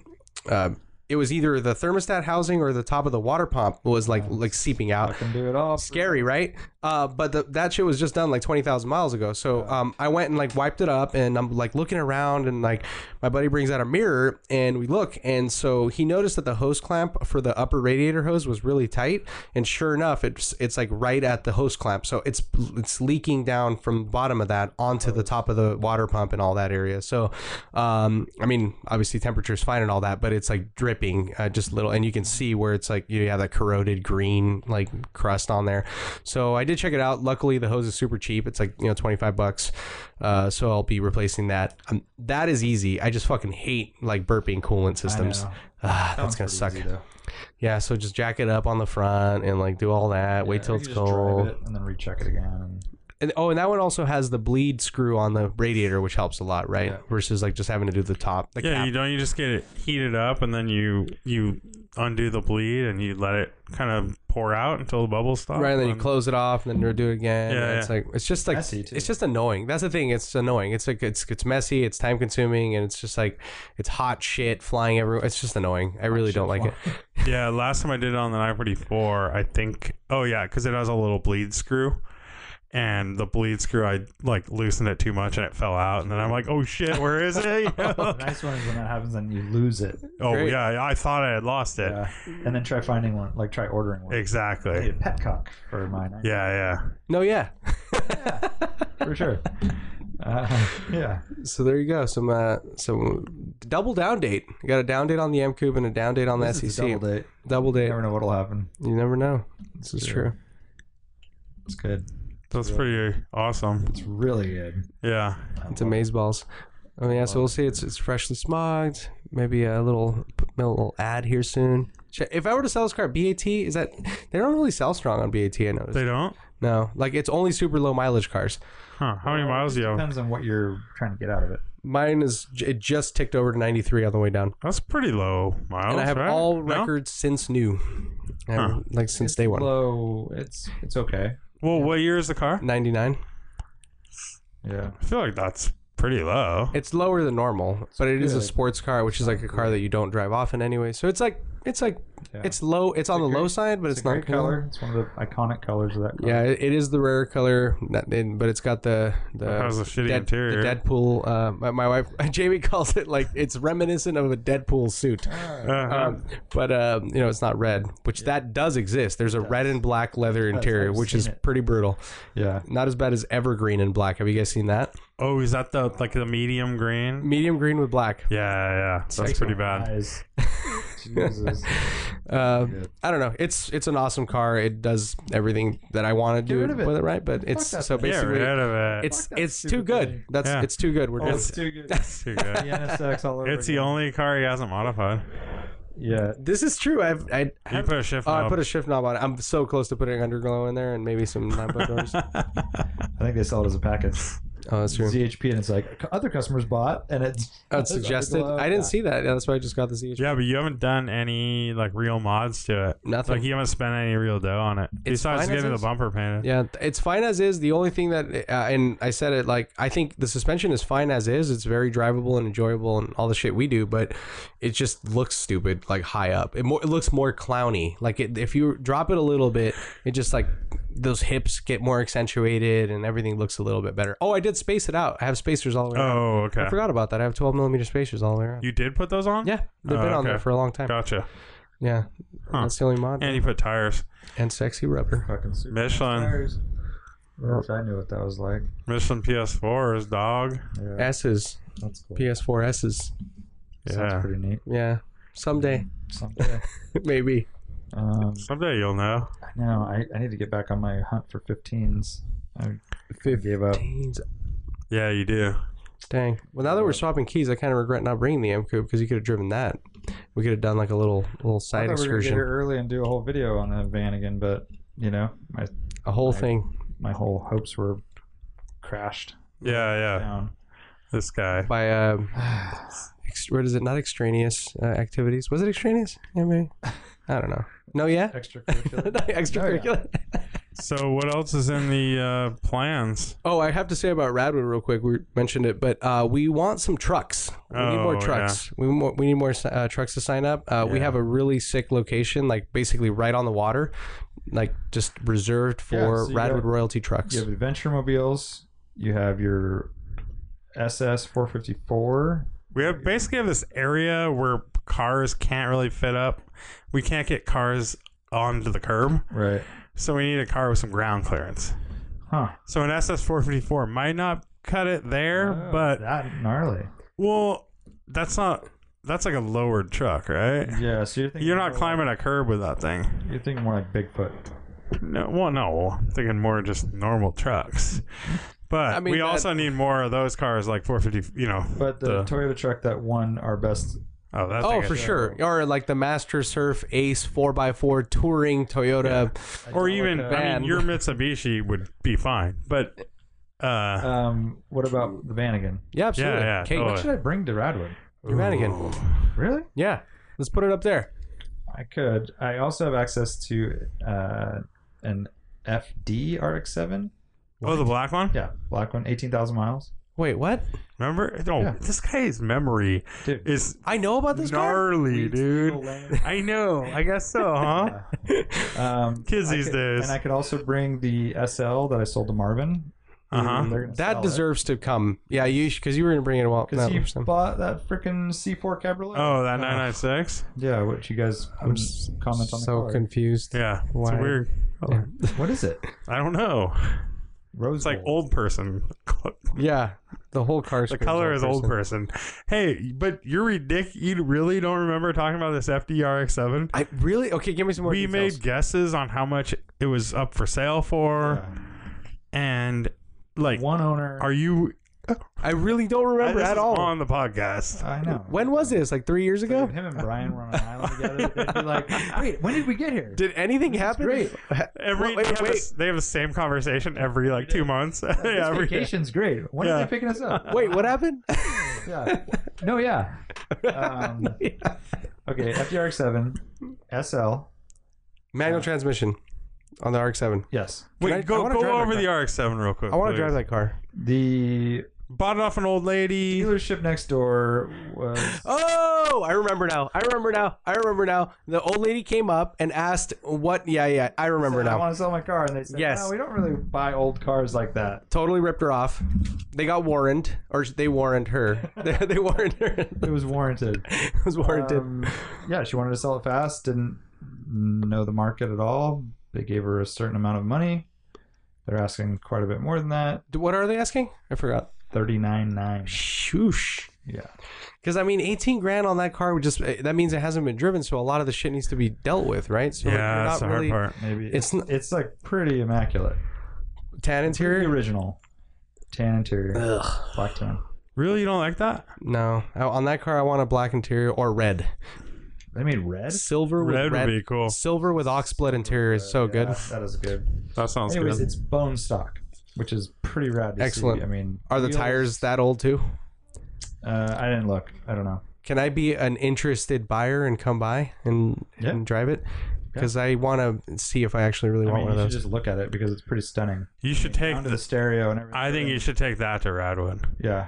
Speaker 2: uh, it was either the thermostat housing or the top of the water pump was like like seeping out.
Speaker 1: I can do it all.
Speaker 2: Scary, right? Uh, but the, that shit was just done like twenty thousand miles ago. So um, I went and like wiped it up, and I'm like looking around, and like my buddy brings out a mirror, and we look, and so he noticed that the hose clamp for the upper radiator hose was really tight, and sure enough, it's it's like right at the hose clamp, so it's it's leaking down from the bottom of that onto the top of the water pump and all that area. So, um, I mean, obviously temperature's fine and all that, but it's like dripping uh, just little, and you can see where it's like you have that corroded green like crust on there. So I did check it out. Luckily, the hose is super cheap. It's like you know twenty five bucks. Uh, so I'll be replacing that. Um, that is easy. I just fucking hate like burping coolant systems.
Speaker 1: know.
Speaker 2: Ah, that's
Speaker 1: Sounds
Speaker 2: gonna
Speaker 1: pretty
Speaker 2: suck.
Speaker 1: easy, though.
Speaker 2: Yeah, so just jack it up on the front and like do all that. wait
Speaker 1: Yeah,
Speaker 2: till
Speaker 1: you
Speaker 2: it's
Speaker 1: just drive
Speaker 2: cold.
Speaker 1: it and then recheck it again. And
Speaker 2: And, oh, and that one also has the bleed screw on the radiator, which helps a lot, right? Versus like just having to do the top, the
Speaker 3: Yeah,
Speaker 2: cap.
Speaker 3: you don't you just get it heated up and then you you undo the bleed and you let it kind of pour out until the bubbles stop.
Speaker 2: Right, and then you
Speaker 3: Um,
Speaker 2: close it off, and then you do it again.
Speaker 3: Yeah,
Speaker 2: and it's
Speaker 3: yeah.
Speaker 2: like it's just like
Speaker 1: Messy, too.
Speaker 2: it's just annoying. That's the thing. It's annoying. It's like it's it's messy. It's time consuming, and it's just like it's hot shit flying everywhere. It's just annoying. I really don't like it.
Speaker 3: Yeah, last time I did it on the 944, I think. Oh yeah, because it has a little bleed screw, and the bleed screw I like loosened it too much and it fell out, and then I'm like, oh shit, where is it? You know?
Speaker 1: the nice one is when that happens and you lose it.
Speaker 3: oh
Speaker 2: Great.
Speaker 3: yeah, I thought I had lost it.
Speaker 1: Yeah. And then try finding one, like try ordering one. I need
Speaker 3: Exactly.
Speaker 1: a petcock for mine. I-
Speaker 3: Yeah, yeah.
Speaker 2: No, yeah.
Speaker 1: for sure. Uh, yeah.
Speaker 2: So there you go. Some uh, some double down date. You got a down date on the M Cube and a down date on the
Speaker 1: This is a
Speaker 2: SEC.
Speaker 1: double date.
Speaker 2: Double
Speaker 1: You
Speaker 2: date.
Speaker 1: never know what'll happen.
Speaker 2: You never know. This is
Speaker 1: Yeah.
Speaker 2: true.
Speaker 1: It's good.
Speaker 3: That's pretty awesome.
Speaker 1: It's really good.
Speaker 3: Yeah.
Speaker 2: It's amaze balls. Oh yeah, so we'll see. It's it's freshly smogged. Maybe a little little ad here soon. Sh- If I were to sell this car, BAT is that they don't really sell strong on BAT. I noticed.
Speaker 3: They don't?
Speaker 2: no, like it's only super low mileage cars.
Speaker 3: Huh. How many miles do you have?
Speaker 1: Depends on what you're trying to get out of it.
Speaker 2: Mine is j- it just ticked over to ninety three on the way down,
Speaker 3: That's pretty low miles.
Speaker 2: and I have
Speaker 3: right?
Speaker 2: all
Speaker 3: Oh, No?
Speaker 2: records since new, And,
Speaker 3: Huh.
Speaker 2: like since day one.
Speaker 1: Low. It's it's okay.
Speaker 3: Well, what year is the car?
Speaker 2: Ninety nine.
Speaker 1: Yeah.
Speaker 3: I feel like that's pretty low.
Speaker 2: It's lower than normal, but it is a
Speaker 1: good.
Speaker 2: sports car, which is like a car that you don't drive often anyway. So it's like it's like
Speaker 1: Yeah.
Speaker 2: it's low. It's on the low side, but it's,
Speaker 1: It's a
Speaker 2: not
Speaker 1: great
Speaker 2: low.
Speaker 1: color. It's one of the iconic colors of that. Car.
Speaker 3: Um,
Speaker 2: Yeah, it it is the rare color, not- and- but it's got the the
Speaker 3: It has a shitty
Speaker 2: Dead-
Speaker 3: interior.
Speaker 2: The Deadpool. Uh, my, my wife Jamie calls it like it's reminiscent of a Deadpool suit,
Speaker 3: Uh-huh.
Speaker 2: um, but um, you know it's not red, which that does exist. There's a red and black leather interior,
Speaker 1: I've
Speaker 2: which
Speaker 1: seen
Speaker 2: is
Speaker 1: it.
Speaker 2: pretty brutal.
Speaker 1: Yeah.
Speaker 2: Not as bad as evergreen and black. Have you guys seen that?
Speaker 3: oh, is that the like the medium green?
Speaker 2: Medium green with black.
Speaker 3: Yeah, yeah. That's pretty bad.
Speaker 1: Eyes. Jesus.
Speaker 2: Uh, I don't know. It's it's an awesome car. It does everything that I want to do
Speaker 1: rid of it.
Speaker 2: with it, right? But it's
Speaker 1: that
Speaker 2: so
Speaker 3: Get
Speaker 2: basically.
Speaker 3: rid of it.
Speaker 2: it's
Speaker 1: Fuck that
Speaker 2: it's too
Speaker 1: stupid
Speaker 2: good.
Speaker 1: thing.
Speaker 2: That's
Speaker 3: Yeah.
Speaker 2: it's too good. We're
Speaker 1: Oh,
Speaker 2: done.
Speaker 1: it's too good.
Speaker 3: It's too good.
Speaker 1: The NSX all over.
Speaker 3: It's the
Speaker 1: again.
Speaker 3: only car he hasn't modified.
Speaker 1: Yeah.
Speaker 2: This is true. I've, I
Speaker 3: You
Speaker 2: have,
Speaker 3: put a shift
Speaker 2: oh, I
Speaker 3: knob.
Speaker 2: put a shift knob on it. I'm so close to putting underglow in there and maybe some lambo doors.
Speaker 1: I think they sell it as a package.
Speaker 2: Oh, that's true.
Speaker 1: ZHP and it's like other customers bought and it's.
Speaker 2: That's suggested. I didn't see that. Yeah, that's why I just got the ZH.
Speaker 3: yeah, but you haven't done any like real mods to it.
Speaker 2: Nothing.
Speaker 3: Like you haven't spent any real dough on it. Besides
Speaker 2: fine as
Speaker 3: getting the
Speaker 2: is.
Speaker 3: bumper painted.
Speaker 2: Yeah, th- it's fine as is. The only thing that, uh, and I said it like, I think the suspension is fine as is. It's very drivable and enjoyable and all the shit we do, but it just looks stupid, like high up. It, more, it looks more clowny. Like it, if you drop it a little bit, it just like those hips get more accentuated and everything looks a little bit better. Oh, I did space it out. I have spacers all the way around.
Speaker 3: Oh, okay.
Speaker 2: I forgot about that. I have 12 millimeter spacers all the way around.
Speaker 3: You did put those on?
Speaker 2: yeah, they've
Speaker 3: Oh,
Speaker 2: been on
Speaker 3: okay.
Speaker 2: there for a long time.
Speaker 3: Gotcha.
Speaker 2: Yeah,
Speaker 3: Huh.
Speaker 2: that's the only mod.
Speaker 3: And you put tires.
Speaker 2: and sexy rubber.
Speaker 1: Fucking super
Speaker 3: Michelin.
Speaker 1: tires. I wish I knew what that was like.
Speaker 3: Michelin PS4 is dog.
Speaker 1: Yeah.
Speaker 2: S's,
Speaker 1: That's cool.
Speaker 2: PS4 S's.
Speaker 1: Sounds
Speaker 3: Yeah.
Speaker 1: pretty neat.
Speaker 2: Yeah. Someday,
Speaker 1: Someday.
Speaker 2: maybe.
Speaker 1: um,
Speaker 3: Someday you'll know.
Speaker 1: I know. I, I need to get back on my hunt for 15s. I I gave up.
Speaker 2: Teens.
Speaker 3: Yeah, you do.
Speaker 2: Dang. Well, now that we're swapping keys, I kind of regret not bringing the M Coupe because you could have driven that. We could have done like a little little
Speaker 1: I
Speaker 2: side
Speaker 1: thought we were gonna get
Speaker 2: excursion,
Speaker 1: here early and do a whole video on a van again, but you know, my
Speaker 2: a whole
Speaker 1: I-
Speaker 2: thing
Speaker 1: my whole hopes were crashed
Speaker 3: Yeah, yeah.
Speaker 1: down.
Speaker 3: This guy.
Speaker 2: by uh, ex- what is it? Not extraneous uh, activities. Was it extraneous? Yeah, maybe. I don't know. No, yeah.
Speaker 1: Extracurricular.
Speaker 2: Extracurricular.
Speaker 3: So what else is in the uh, plans?
Speaker 2: Oh, I have to say about Radwood real quick. We mentioned it, but uh, we want some trucks. We need
Speaker 3: Oh,
Speaker 2: more
Speaker 3: yeah.
Speaker 2: trucks. We mo- we need more uh, trucks to sign up. Uh, We
Speaker 3: Yeah.
Speaker 2: have a really sick location, like basically right on the water, like just reserved for
Speaker 1: Yeah, so you
Speaker 2: Radwood
Speaker 1: got-
Speaker 2: royalty trucks.
Speaker 1: You have adventure mobiles. You have your SS 454.
Speaker 3: We have basically have this area where cars can't really fit up. We can't get cars onto the curb,
Speaker 1: Right.
Speaker 3: so we need a car with some ground clearance.
Speaker 1: Huh.
Speaker 3: So an SS454 might not cut it there,
Speaker 1: Oh,
Speaker 3: but
Speaker 1: that gnarly.
Speaker 3: well, that's not that's like a lowered truck, right?
Speaker 1: Yeah. So you're thinking
Speaker 3: You're not
Speaker 1: more
Speaker 3: climbing a curb with that thing.
Speaker 1: Like, you're thinking more like Bigfoot.
Speaker 3: No, well, no, I'm thinking more just normal trucks. But
Speaker 2: I mean,
Speaker 3: we
Speaker 2: that-
Speaker 3: also need more of those cars, like 450. You know,
Speaker 1: But the Toyota truck that won our best.
Speaker 3: oh, that
Speaker 2: Oh,
Speaker 3: thing is-
Speaker 2: for sure. Or like the Master Surf Ace 4x4 touring Toyota.
Speaker 3: or even I
Speaker 2: van.
Speaker 3: mean, your Mitsubishi would be fine, but uh,
Speaker 1: Um. What about the van again?
Speaker 2: Yeah, absolutely.
Speaker 3: Yeah, yeah,
Speaker 2: Kate,
Speaker 1: What
Speaker 3: totally.
Speaker 1: should I bring to Radwood?
Speaker 2: your mannequin.
Speaker 1: Really?
Speaker 2: Yeah. Let's put it up there.
Speaker 1: I could. I also have access to uh, an FD RX-7.
Speaker 3: oh, the black one.
Speaker 1: Yeah, black one, 18,000 miles.
Speaker 2: Wait, what?
Speaker 3: Remember? No,
Speaker 1: Yeah.
Speaker 3: this guy's memory
Speaker 1: Dude.
Speaker 3: is
Speaker 2: I know about this car?
Speaker 3: gnarly, dude.
Speaker 1: Dude.
Speaker 3: I know. I guess so, huh?
Speaker 1: Um,
Speaker 3: Kids
Speaker 1: I
Speaker 3: these
Speaker 1: could-
Speaker 3: days.
Speaker 1: And I could also bring the SL that I sold to Marvin.
Speaker 3: Uh huh.
Speaker 1: They're gonna
Speaker 2: That
Speaker 1: sell
Speaker 2: deserves to come. Yeah, you because you were gonna bring it a while.
Speaker 1: it.
Speaker 2: no,
Speaker 1: Because he
Speaker 2: so-
Speaker 1: bought that freaking C4 Cabriolet.
Speaker 3: Oh, that 996.
Speaker 1: Yeah, which you guys
Speaker 2: I'm
Speaker 1: wouldn't comment on the
Speaker 2: so
Speaker 1: color.
Speaker 2: confused.
Speaker 3: Yeah, it's
Speaker 2: Why?
Speaker 3: a weird. color.
Speaker 1: What is it?
Speaker 3: I don't know.
Speaker 1: Rose
Speaker 3: It's like
Speaker 1: gold.
Speaker 3: old person.
Speaker 2: Yeah, the whole car.
Speaker 3: The color is old person. Hey, but you're ridiculous. You really don't remember talking about this FDRX7?
Speaker 2: I really okay. Give me some more.
Speaker 3: We
Speaker 2: details.
Speaker 3: made guesses on how much it was up for sale for, and like,
Speaker 1: One owner.
Speaker 3: are you
Speaker 2: I really don't
Speaker 3: this
Speaker 2: remember
Speaker 3: is
Speaker 2: at all.
Speaker 3: on the podcast?
Speaker 1: I know.
Speaker 2: When was this? Like three years ago.
Speaker 1: Him and Brian were on an island together. They'd be like, wait, when did we get here?
Speaker 2: Did anything happen? Great.
Speaker 3: Every
Speaker 2: Wait, wait,
Speaker 3: they, have
Speaker 2: wait.
Speaker 3: this- they have the same conversation every like two months. yeah,
Speaker 1: this
Speaker 3: every-
Speaker 1: vacation's great. When are
Speaker 3: Yeah.
Speaker 1: they picking us up?
Speaker 2: Wait, what happened?
Speaker 1: Yeah. No, yeah. Um, Okay, FDRX7, SL,
Speaker 2: Manual transmission on the RX-7.
Speaker 1: yes.
Speaker 3: Wait,
Speaker 2: Can I- I
Speaker 3: go
Speaker 2: wanna
Speaker 3: go
Speaker 2: drive that
Speaker 3: over
Speaker 2: car.
Speaker 3: the RX-7 real quick.
Speaker 2: I want to
Speaker 3: please.
Speaker 2: drive that car.
Speaker 1: The
Speaker 3: Bought it off an old lady.
Speaker 1: dealership next door was.
Speaker 2: Oh, I remember now. I remember now. I remember now. The old lady came up and asked, "What? Yeah, yeah. I remember
Speaker 1: said, I
Speaker 2: now.
Speaker 1: want to sell my car, and they said,
Speaker 2: Yes.
Speaker 1: "No, we don't really buy old cars like that."
Speaker 2: Totally ripped her off. They got warranted, or they warranted her. they, they warranted her.
Speaker 1: It was warranted.
Speaker 2: it was warranted.
Speaker 1: Um, yeah, she wanted to sell it fast. Didn't know the market at all. They gave her a certain amount of money. They're asking quite a bit more than that.
Speaker 2: D- what are they asking? I forgot.
Speaker 1: Thirty nine nine.
Speaker 2: Shoosh.
Speaker 1: Yeah.
Speaker 2: Because I mean, eighteen grand on that car would just—that means it hasn't been driven. So a lot of the shit needs to be dealt with, right? So like,
Speaker 3: Yeah,
Speaker 2: you're
Speaker 3: that's the
Speaker 2: not really
Speaker 3: hard part.
Speaker 1: Maybe
Speaker 2: It's n-
Speaker 1: it's like pretty immaculate.
Speaker 2: tan
Speaker 1: Pretty
Speaker 2: interior.
Speaker 1: original. Tan interior. Black tan.
Speaker 3: Really, you don't like that?
Speaker 2: No, I- on that car I want a black interior or red,
Speaker 1: They made red.
Speaker 2: silver with
Speaker 3: Red,
Speaker 2: red,
Speaker 3: would be cool.
Speaker 2: silver with ox blood interior is so good.
Speaker 1: Yeah, that is good.
Speaker 3: That sounds
Speaker 1: Anyways,
Speaker 3: good.
Speaker 1: it's bone stock, which is pretty rad. To
Speaker 2: Excellent.
Speaker 1: See. I mean,
Speaker 2: Are the
Speaker 1: wheels-
Speaker 2: tires that old too?
Speaker 1: Uh, I didn't look. I don't know.
Speaker 2: Can I be an interested buyer and come by and,
Speaker 1: Yeah.
Speaker 2: and drive it? Because I want to see if I actually really
Speaker 1: I
Speaker 2: want
Speaker 1: mean,
Speaker 2: one
Speaker 1: you
Speaker 2: of
Speaker 1: should
Speaker 2: those.
Speaker 1: just look at it because it's pretty stunning.
Speaker 3: You should take
Speaker 1: Down to the
Speaker 3: this.
Speaker 1: stereo and everything.
Speaker 3: I think you should take that to Radwood.
Speaker 1: Yeah.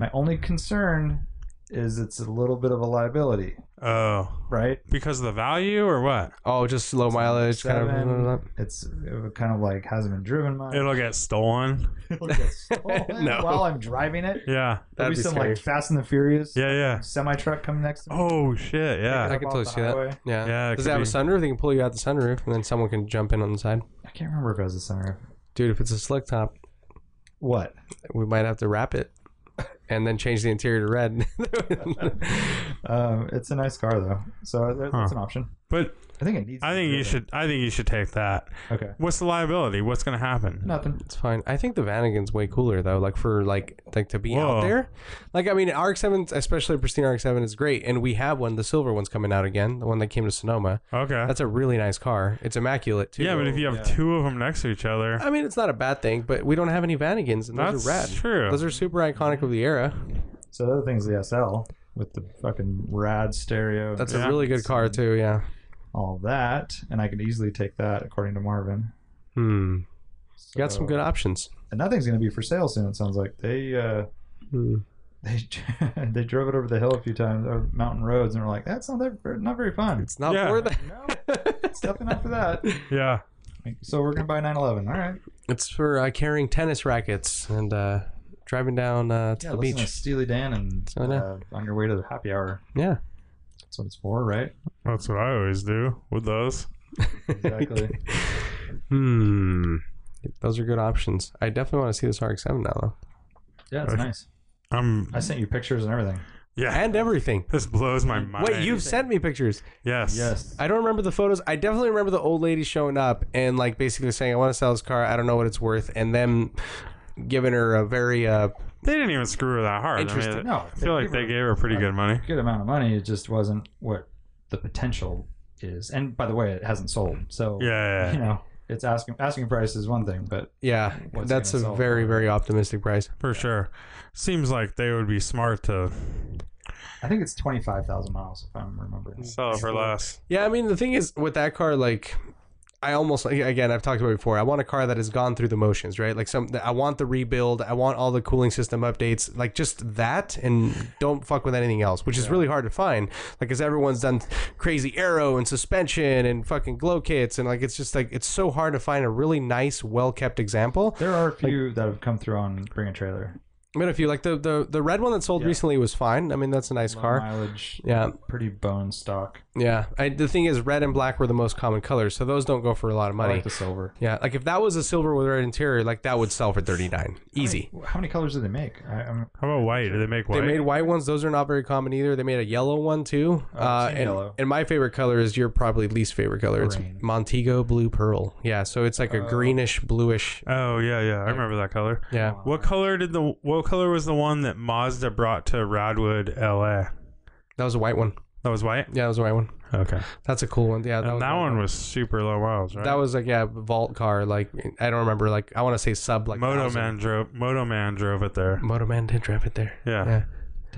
Speaker 1: My only concern is it's a little bit of a liability,
Speaker 3: Oh,
Speaker 1: right?
Speaker 3: because of the value or what?
Speaker 2: Oh, just low mileage kind of.
Speaker 1: Seven, It's it kind of like hasn't been driven much.
Speaker 3: It'll get stolen.
Speaker 1: It'll get stolen
Speaker 2: No.
Speaker 1: while I'm driving it.
Speaker 3: Yeah,
Speaker 1: There'll
Speaker 2: That'd
Speaker 1: be,
Speaker 2: be
Speaker 1: some
Speaker 2: scary.
Speaker 1: like Fast and the Furious
Speaker 3: yeah, yeah.
Speaker 1: semi truck coming next to me.
Speaker 3: Oh shit, yeah.
Speaker 2: I can totally see that. Yeah.
Speaker 3: Yeah, it
Speaker 2: Does
Speaker 3: could
Speaker 2: it have a
Speaker 3: be.
Speaker 2: sunroof? They can pull you out the sunroof, and then someone can jump in on the side.
Speaker 1: I can't remember if it was the sunroof.
Speaker 2: Dude, if it's a slick top,
Speaker 1: What?
Speaker 2: we might have to wrap it. and then change the interior to red.
Speaker 1: Um, it's a nice car though, so uh, there, that's
Speaker 3: Huh.
Speaker 1: an option.
Speaker 3: But
Speaker 1: I think it needs.
Speaker 3: I
Speaker 1: to
Speaker 3: think
Speaker 1: be
Speaker 3: you
Speaker 1: driven.
Speaker 3: should. I think you should take that.
Speaker 1: Okay,
Speaker 3: What's the liability? What's going to happen?
Speaker 1: nothing.
Speaker 2: it's fine. I think the Vanagon's way cooler though. Like for like like to be out
Speaker 3: Whoa.
Speaker 2: there. Like I mean, RX-7, especially pristine RX-7 is great, and we have one. The silver one's coming out again. The one that came to Sonoma.
Speaker 3: Okay.
Speaker 2: That's a really nice car. It's immaculate too.
Speaker 3: Uh. yeah, but if you have
Speaker 1: yeah.
Speaker 3: two of them next to each other,
Speaker 2: I mean, it's not a bad thing, but we don't have any Vanagons, and those
Speaker 3: that's
Speaker 2: are rad.
Speaker 3: true.
Speaker 2: Those are super iconic of the era.
Speaker 1: So the other thing's the SL with the fucking rad stereo.
Speaker 2: That's
Speaker 3: Yeah.
Speaker 2: a really good car too. Yeah.
Speaker 1: all that, and I could easily take that according to Marvin.
Speaker 2: Hmm. You got
Speaker 1: So-
Speaker 2: some good options.
Speaker 1: And nothing's going to be for sale soon. It sounds like they uh, they they drove it over the hill a few times, or mountain roads, and were like, "That's not that not very fun."
Speaker 2: It's not
Speaker 3: Yeah.
Speaker 2: for that.
Speaker 1: no, it's definitely not for that.
Speaker 3: yeah.
Speaker 1: So we're gonna buy a 911. All right,
Speaker 2: It's for uh, carrying tennis rackets and uh, driving down uh, to
Speaker 1: yeah,
Speaker 2: the
Speaker 1: listen to
Speaker 2: beach. Oh,
Speaker 1: Steely Dan and
Speaker 2: I know.
Speaker 1: uh, on your way to the happy hour.
Speaker 2: Yeah.
Speaker 1: That's what it's for, right?
Speaker 3: That's what I always do with those.
Speaker 1: Exactly.
Speaker 2: Hmm. Those are good options. I definitely want to see this RX-7 now, though.
Speaker 1: yeah, it's nice.
Speaker 3: I'm
Speaker 1: I sent you pictures and everything.
Speaker 3: yeah.
Speaker 2: And everything.
Speaker 3: This blows my mind.
Speaker 2: Wait, you've sent me pictures.
Speaker 3: yes
Speaker 1: Yes.
Speaker 2: I don't remember the photos. I definitely remember the old lady showing up and like basically saying, "I want to sell this car. I don't know what it's worth," and them giving her a very uh,
Speaker 3: They didn't even screw her that hard. I, mean,
Speaker 2: Interesting.
Speaker 1: No,
Speaker 3: I feel like they gave her pretty good money.
Speaker 1: good amount of money. It just wasn't what the potential is. And by the way, it hasn't sold. So
Speaker 3: Yeah, yeah,
Speaker 1: you
Speaker 3: yeah,
Speaker 1: know, it's asking asking price is one thing, but
Speaker 2: yeah.
Speaker 1: What's
Speaker 2: that's
Speaker 1: gonna
Speaker 2: a
Speaker 1: sell?
Speaker 2: very very optimistic price.
Speaker 3: for sure. Seems like they would be smart to
Speaker 1: I think it's twenty five thousand miles if I'm remembering.
Speaker 2: Mm.
Speaker 3: sell it for less.
Speaker 2: Yeah, I mean the thing is with that car, like I almost again I've talked about it before. I want a car that has gone through the motions, right? Like some I want the rebuild, I want all the cooling system updates, like just that, and don't fuck with anything else, which is really hard to find. Like, because everyone's done crazy aero and suspension and fucking glow kits, and like it's just like it's so hard to find a really nice, well kept example.
Speaker 1: There are a few that have come through on bring a trailer.
Speaker 2: I mean, if you like the the the red one that sold recently was fine. I mean, that's a nice
Speaker 1: Low
Speaker 2: car.
Speaker 1: mileage,
Speaker 2: Yeah,
Speaker 1: pretty bone stock.
Speaker 2: yeah. I, the thing is, red and black were the most common colors, so those don't go for a lot of
Speaker 1: I
Speaker 2: money.
Speaker 1: like the silver.
Speaker 2: Yeah, like if that was a silver with red interior, like that would sell for thirty nine, easy.
Speaker 1: How many colors do they make? I, I'm
Speaker 3: How about white? Do they make white?
Speaker 2: They made white ones; those are not very common either. They made a yellow one too.
Speaker 3: Oh,
Speaker 2: uh,
Speaker 1: seen
Speaker 2: and,
Speaker 1: yellow.
Speaker 2: and my favorite color is your probably least favorite color.
Speaker 1: Green.
Speaker 2: It's Montego blue pearl. Yeah, so it's like a greenish bluish.
Speaker 3: oh yeah, yeah. I remember that color.
Speaker 2: Yeah,
Speaker 1: oh,
Speaker 3: What color did the what color was the one that Mazda brought to Radwood, LA?
Speaker 2: that was a white one.
Speaker 3: That was white.
Speaker 2: Yeah, that was a white one.
Speaker 3: Okay.
Speaker 2: That's a cool one. Yeah,
Speaker 3: and that
Speaker 2: a-
Speaker 3: one was super low miles, right?
Speaker 2: That was like yeah, vault car. Like I don't remember. Like I want to say sub like
Speaker 3: Moto
Speaker 2: 1000.
Speaker 3: Man drove. Moto Man drove it there.
Speaker 2: Moto man did drive it there.
Speaker 3: Yeah.
Speaker 2: Yeah.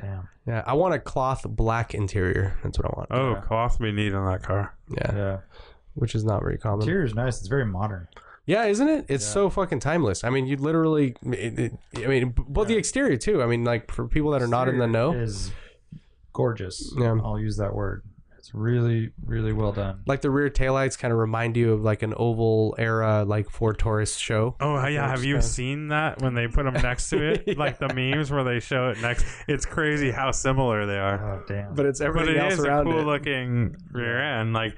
Speaker 1: damn.
Speaker 2: Yeah, I want a cloth black interior. That's what I want.
Speaker 3: Oh, cloth we need on that car.
Speaker 2: Yeah,
Speaker 1: Yeah,
Speaker 2: which is not very common.
Speaker 1: interior is nice. It's very modern.
Speaker 2: Yeah, isn't it? It's so fucking timeless. I mean, you literally. It, it, I mean, b- but the exterior too. I mean, like for people that are not in the know,
Speaker 1: Is gorgeous.
Speaker 2: Yeah.
Speaker 1: I'll use that word. It's really, really well done.
Speaker 2: like the rear taillights kind of remind you of like an oval era like Ford Taurus show.
Speaker 3: Oh yeah, have you seen that when they put them next to it? Like the memes where they show it next. It's crazy how similar they are.
Speaker 1: Oh damn.
Speaker 2: But it's
Speaker 3: But
Speaker 2: everything
Speaker 3: it
Speaker 2: else
Speaker 3: is a
Speaker 2: around
Speaker 3: cool
Speaker 2: it.
Speaker 3: looking rear end. Like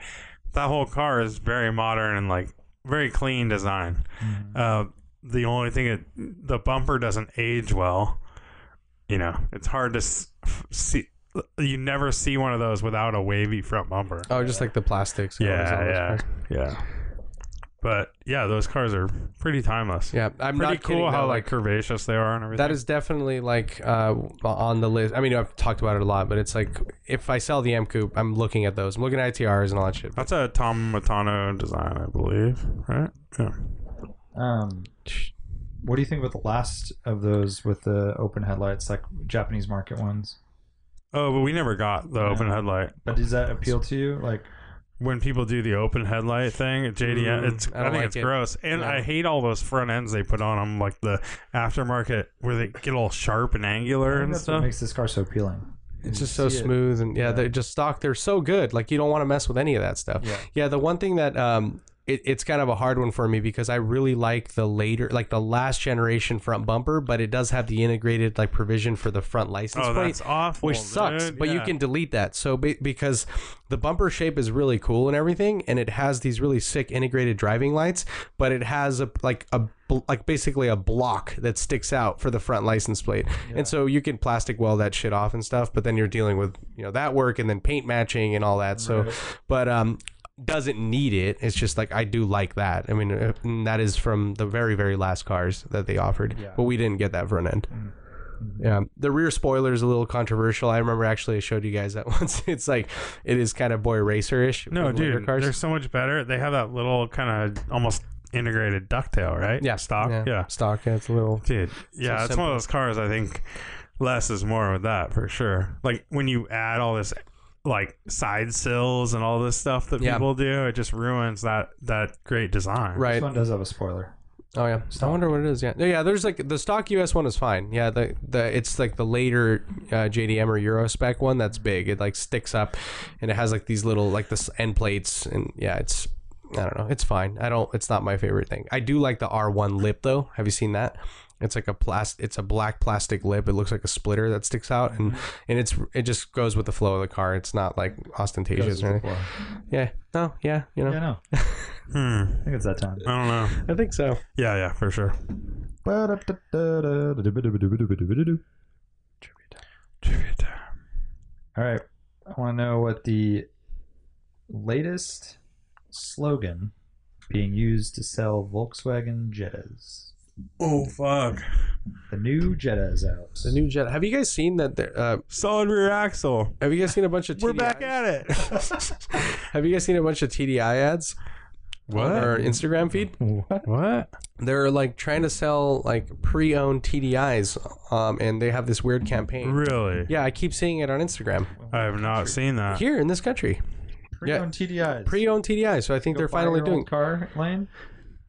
Speaker 3: that whole car is very modern and like very clean design.
Speaker 1: Mm-hmm.
Speaker 3: Uh, the only thing it the bumper doesn't age well. You know, it's hard to s- f- see. You never see one of those without a wavy front bumper.
Speaker 2: oh, just like the plastics. and all those
Speaker 3: yeah,
Speaker 2: other
Speaker 3: yeah,
Speaker 2: stuff.
Speaker 3: yeah. But yeah, those cars are pretty timeless.
Speaker 2: yeah. I'm
Speaker 3: pretty
Speaker 2: not
Speaker 3: cool
Speaker 2: kidding,
Speaker 3: how
Speaker 2: though,
Speaker 3: like curvaceous they are and everything.
Speaker 2: That is definitely like uh, on the list. I mean, I've talked about it a lot, but it's like if I sell the M Coupe, I'm looking at those. I'm looking at ITRs and all that shit.
Speaker 3: That's a Tom Matano design, I believe, right? Yeah.
Speaker 1: Um, what do you think about the last of those with the open headlights, like Japanese market ones?
Speaker 3: Oh, but we never got the open headlight.
Speaker 1: But does that appeal to you? Like,
Speaker 3: When people do the open headlight thing at JDM,
Speaker 2: Mm,
Speaker 3: it's
Speaker 2: I
Speaker 3: I,
Speaker 2: don't
Speaker 3: think
Speaker 2: like
Speaker 3: it's
Speaker 2: it.
Speaker 3: gross, and
Speaker 2: No.
Speaker 3: I hate all those front ends they put on them, like the aftermarket where they get all sharp and
Speaker 1: I
Speaker 3: angular
Speaker 1: think
Speaker 3: and
Speaker 1: that's what
Speaker 3: stuff.
Speaker 1: makes this car so appealing.
Speaker 2: It's just so
Speaker 1: see it.
Speaker 2: smooth and yeah, they're just stock. They're so good. Like you don't want to mess with any of that stuff. Yeah. the one thing that um it, it's kind of a hard one for me because I really like the later, like the last generation front bumper, but it does have the integrated like provision for the front license
Speaker 3: Oh,
Speaker 2: plate,
Speaker 3: that's awful.
Speaker 2: which sucks.
Speaker 3: dude.
Speaker 2: But you
Speaker 3: Yeah.
Speaker 2: can delete that. So be, because the bumper shape is really cool and everything, and it has these really sick integrated driving lights, but it has a like a bl- like basically a block that sticks out for the front license plate, and so you can plastic weld that shit off and stuff. But then you're dealing with you know that work and then paint matching and all that. So, but um, doesn't need it. It's just like I do like that. I mean, uh, and that is from the very very last cars that they offered, but we didn't get that front end.
Speaker 3: Mm.
Speaker 2: Yeah, the rear spoiler is a little controversial. I remember actually I showed you guys that once. It's like it is kind of boy racer-ish.
Speaker 3: No,
Speaker 2: with later
Speaker 3: dude, they're so much better. They have that little kind of almost integrated ducktail, right?
Speaker 2: yeah,
Speaker 3: stock. Yeah,
Speaker 2: stock. Yeah, it's a little.
Speaker 3: dude. Yeah, it's
Speaker 2: simple.
Speaker 3: one of those cars. I think less is more with that for sure. Like when you add all this, like side sills and all this stuff that
Speaker 2: Yeah.
Speaker 3: people do, it just ruins that that great design.
Speaker 1: This
Speaker 2: Right.
Speaker 1: one does have a spoiler.
Speaker 2: Oh yeah. I wonder what it is. Yeah. No, Yeah. There's like the stock US one is fine. Yeah. The the it's like the later uh, JDM or Euro spec one that's big. It like sticks up, and it has like these little like this end plates and yeah. It's I don't know. It's fine. I don't. It's not my favorite thing. I do like the R1 lip though. Have you seen that? It's like a plast. It's a black plastic lip. It looks like a splitter that sticks out, and and it's it just goes with the flow of the car. It's not like ostentatious or anything. Yeah. No. Yeah. You know.
Speaker 1: Yeah, no.
Speaker 3: Hmm.
Speaker 1: I think it's that time.
Speaker 3: I don't know.
Speaker 2: I think so.
Speaker 3: Yeah, yeah, for sure.
Speaker 1: All right. I want to know what the latest slogan being used to sell Volkswagen Jettas.
Speaker 3: Oh fuck!
Speaker 1: The new Jetta is out.
Speaker 2: The new Jetta. Have you guys seen that? There, uh,
Speaker 3: Solid rear axle.
Speaker 2: have you guys seen a bunch of?
Speaker 3: We're back
Speaker 2: TDIs?
Speaker 3: at it.
Speaker 2: Have you guys seen a bunch of TDI ads on
Speaker 3: what?
Speaker 2: our Instagram feed?
Speaker 3: What?
Speaker 2: They're like trying to sell like pre-owned TDIs, um, and they have this weird campaign.
Speaker 3: Really?
Speaker 2: Yeah, I keep seeing it on Instagram
Speaker 3: I have not seen that.
Speaker 2: here in this country.
Speaker 1: pre-owned TDIs.
Speaker 2: Pre-owned TDI, so I think
Speaker 1: Go
Speaker 2: they're
Speaker 1: buy
Speaker 2: finally
Speaker 1: your
Speaker 2: doing.
Speaker 1: old car lane.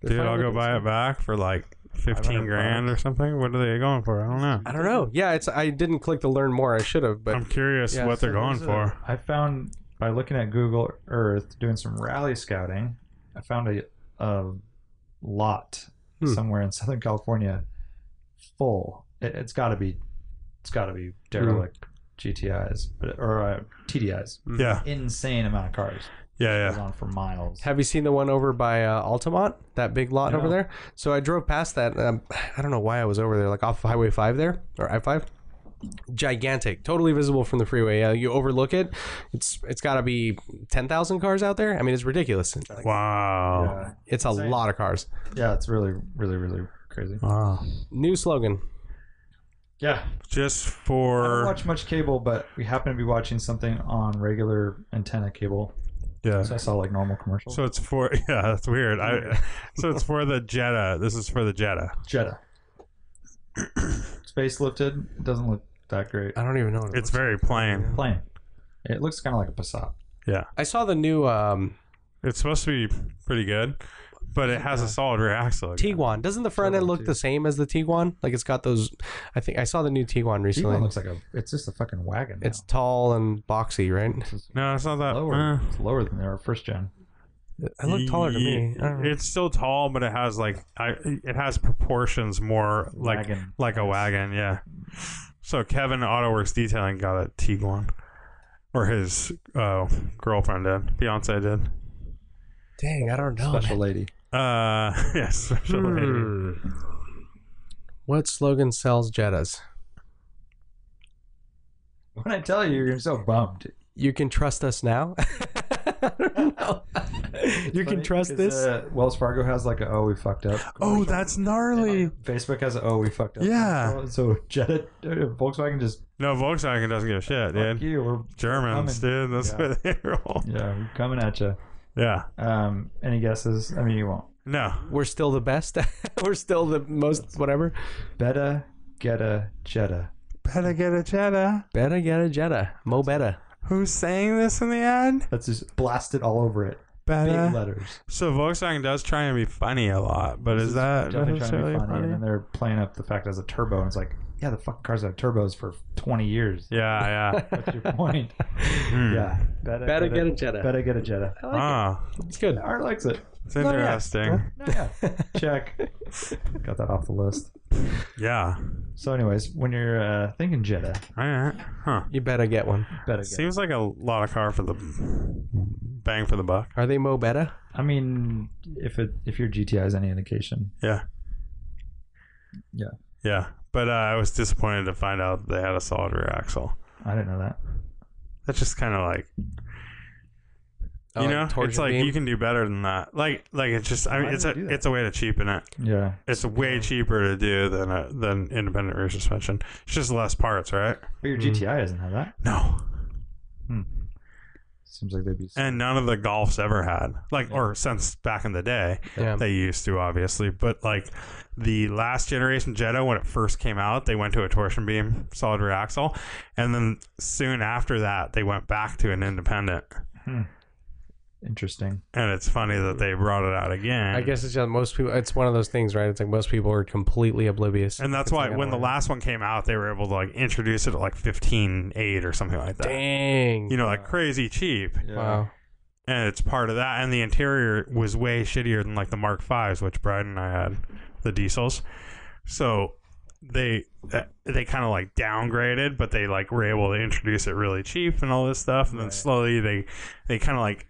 Speaker 2: they're
Speaker 3: Dude, I'll
Speaker 2: finally
Speaker 3: go
Speaker 2: doing
Speaker 3: buy it back for like 15
Speaker 1: 500
Speaker 3: grand or something. What are they going for? I don't know.
Speaker 2: I don't know. Yeah, it's. I didn't click to learn more. I should have, but
Speaker 3: I'm curious
Speaker 2: Yeah,
Speaker 3: what they're
Speaker 2: so
Speaker 3: going
Speaker 1: There's a-
Speaker 3: for.
Speaker 1: I found by looking at Google Earth, doing some rally scouting, I found a, a lot
Speaker 2: Hmm.
Speaker 1: somewhere in Southern California full. It, it's got to be, it's got to be derelict GTIs but, or uh, TDIs.
Speaker 3: Yeah,
Speaker 1: Insane amount of cars
Speaker 3: yeah,
Speaker 1: goes
Speaker 3: yeah.
Speaker 1: on for miles.
Speaker 2: Have you seen the one over by uh, Altamont? That big lot over
Speaker 1: No.
Speaker 2: there. So I drove past that. Um, I don't know why I was over there, like off Highway Five there or I five. Gigantic, totally visible from the freeway. Uh, you overlook it. It's it's got to be ten thousand cars out there. I mean, it's ridiculous. Like,
Speaker 3: Wow.
Speaker 1: Yeah.
Speaker 2: It's a
Speaker 1: Insane.
Speaker 2: lot of cars.
Speaker 1: yeah, it's really, really, really crazy.
Speaker 3: Wow.
Speaker 2: New slogan.
Speaker 1: Yeah,
Speaker 3: Just
Speaker 1: I don't
Speaker 3: for
Speaker 1: watch much cable, but we happen to be watching something on regular antenna cable,
Speaker 3: yeah.
Speaker 1: so I saw like normal commercials.
Speaker 3: So it's for yeah. That's weird. I, so it's for the Jetta. This is for the Jetta.
Speaker 1: Jetta. Space lifted. It doesn't look that great.
Speaker 2: I don't even know. What it
Speaker 3: It's
Speaker 2: looks
Speaker 3: very plain.
Speaker 1: Plain. It looks kind of like a Passat.
Speaker 2: like. I saw the new um,
Speaker 3: It's supposed to be pretty good, but it has a solid rear axle. again.
Speaker 2: Tiguan. Doesn't the front end
Speaker 1: Totally,
Speaker 2: look
Speaker 1: too.
Speaker 2: the same as the Tiguan? Like it's got those. I think I saw the new Tiguan recently.
Speaker 1: Tiguan looks like a. It's just a fucking wagon. now.
Speaker 2: it's uh, tall and boxy, right?
Speaker 3: No, it's not that.
Speaker 1: lower.
Speaker 3: eh.
Speaker 1: It's lower than their first gen.
Speaker 2: It looked taller to me.
Speaker 3: Ye-
Speaker 2: I don't know.
Speaker 3: It's still tall, but it has like I, it has proportions more like
Speaker 1: Wagon.
Speaker 3: like a wagon, yeah. So Kevin AutoWorks Detailing got a Tiguan, or his uh, girlfriend did, fiance did.
Speaker 2: Dang, I don't know.
Speaker 1: Special lady.
Speaker 3: Uh, yes, special lady.
Speaker 2: Hmm. What slogan sells Jettas?
Speaker 1: When I tell you, you're so bummed.
Speaker 2: You can trust us now. I don't know. you can
Speaker 1: Funny,
Speaker 2: trust
Speaker 1: 'cause,
Speaker 2: this.
Speaker 1: Uh, Wells Fargo has like a oh we fucked up.
Speaker 3: Oh, that's gnarly.
Speaker 1: Facebook has a oh we fucked up.
Speaker 3: Yeah.
Speaker 1: commercial. So Jetta, uh, Volkswagen just
Speaker 3: No, Volkswagen doesn't give a shit,
Speaker 1: fuck
Speaker 3: dude.
Speaker 1: you. We're
Speaker 3: Germans, dude. That's
Speaker 1: Yeah.
Speaker 3: where they roll.
Speaker 1: yeah, we're coming at you.
Speaker 3: Yeah.
Speaker 1: Um, any guesses? I mean, you won't.
Speaker 3: No.
Speaker 2: We're still the best. We're still the most whatever.
Speaker 1: Beta, Geta, Jetta.
Speaker 3: Better get a cheddar.
Speaker 2: Better get a Jetta. Mo better.
Speaker 3: Who's saying this in the ad?
Speaker 1: That's just blasted all over it. Big
Speaker 3: Better.
Speaker 1: letters.
Speaker 3: So Volkswagen does try and be funny a lot, but is that
Speaker 1: Definitely trying to be
Speaker 3: necessarily
Speaker 1: funny. And
Speaker 3: funny?
Speaker 1: then they're playing up the fact it has a turbo, and it's like yeah, the fucking cars have turbos for 20 years.
Speaker 3: Yeah, yeah.
Speaker 1: What's your point?
Speaker 3: Hmm.
Speaker 1: yeah. Better,
Speaker 2: Better get a Jetta.
Speaker 1: Better get a Jetta.
Speaker 2: I like
Speaker 3: Ah,
Speaker 2: it. It's good.
Speaker 1: Art likes it.
Speaker 3: it's
Speaker 1: yeah.
Speaker 3: interesting.
Speaker 1: No, yeah. Check. Got that off the list.
Speaker 3: Yeah.
Speaker 1: So, anyways, when you're uh, thinking Jetta,
Speaker 3: All right. Huh.
Speaker 2: You better get one.
Speaker 1: better get.
Speaker 3: Seems like a lot of car for the bang for the buck.
Speaker 2: Are they Mo Betta?
Speaker 1: I mean, if it if your GTI is any indication,
Speaker 3: Yeah. But uh, I was disappointed to find out they had a solid rear axle.
Speaker 1: I didn't know that.
Speaker 3: That's just kind of like
Speaker 2: Oh,
Speaker 3: you
Speaker 2: like
Speaker 3: know, it's
Speaker 2: torsion
Speaker 3: like
Speaker 2: beam?
Speaker 3: you can do better than that. Like, like it's just I
Speaker 1: Why
Speaker 3: mean,
Speaker 1: do
Speaker 3: it's
Speaker 1: they
Speaker 3: a
Speaker 1: do that?
Speaker 3: it's a way to cheapen it.
Speaker 1: Yeah.
Speaker 3: It's way cheaper to do than a than independent rear suspension. It's just less parts, right?
Speaker 1: But your
Speaker 2: Hmm.
Speaker 1: GTI doesn't have that. Hmm.
Speaker 3: No.
Speaker 1: Seems like they'd be.
Speaker 3: And none of the golfs ever had, like, or since back in the day,
Speaker 2: Yeah.
Speaker 3: they used to obviously, but like the last generation Jetta when it first came out, they went to a torsion beam solid rear axle, and then soon after that, they went back to an independent.
Speaker 1: Interesting.
Speaker 3: And it's funny that they brought it out again.
Speaker 2: I guess it's just most people. It's one of those things, right? It's like most people are completely oblivious,
Speaker 3: And that's
Speaker 2: It's
Speaker 3: why
Speaker 2: like, "Oh, I
Speaker 3: when the
Speaker 2: don't know.
Speaker 3: last one came out, they were able to like introduce it at like fifteen eight or something like that.
Speaker 2: dang,
Speaker 3: You know, like crazy cheap.
Speaker 2: wow,
Speaker 3: And it's part of that. And the interior was way shittier than like the Mark Fives, which Brian and I had, the diesels. So they uh, they kind of like downgraded, but they like were able to introduce it really cheap and all this stuff. And then slowly they they kind of like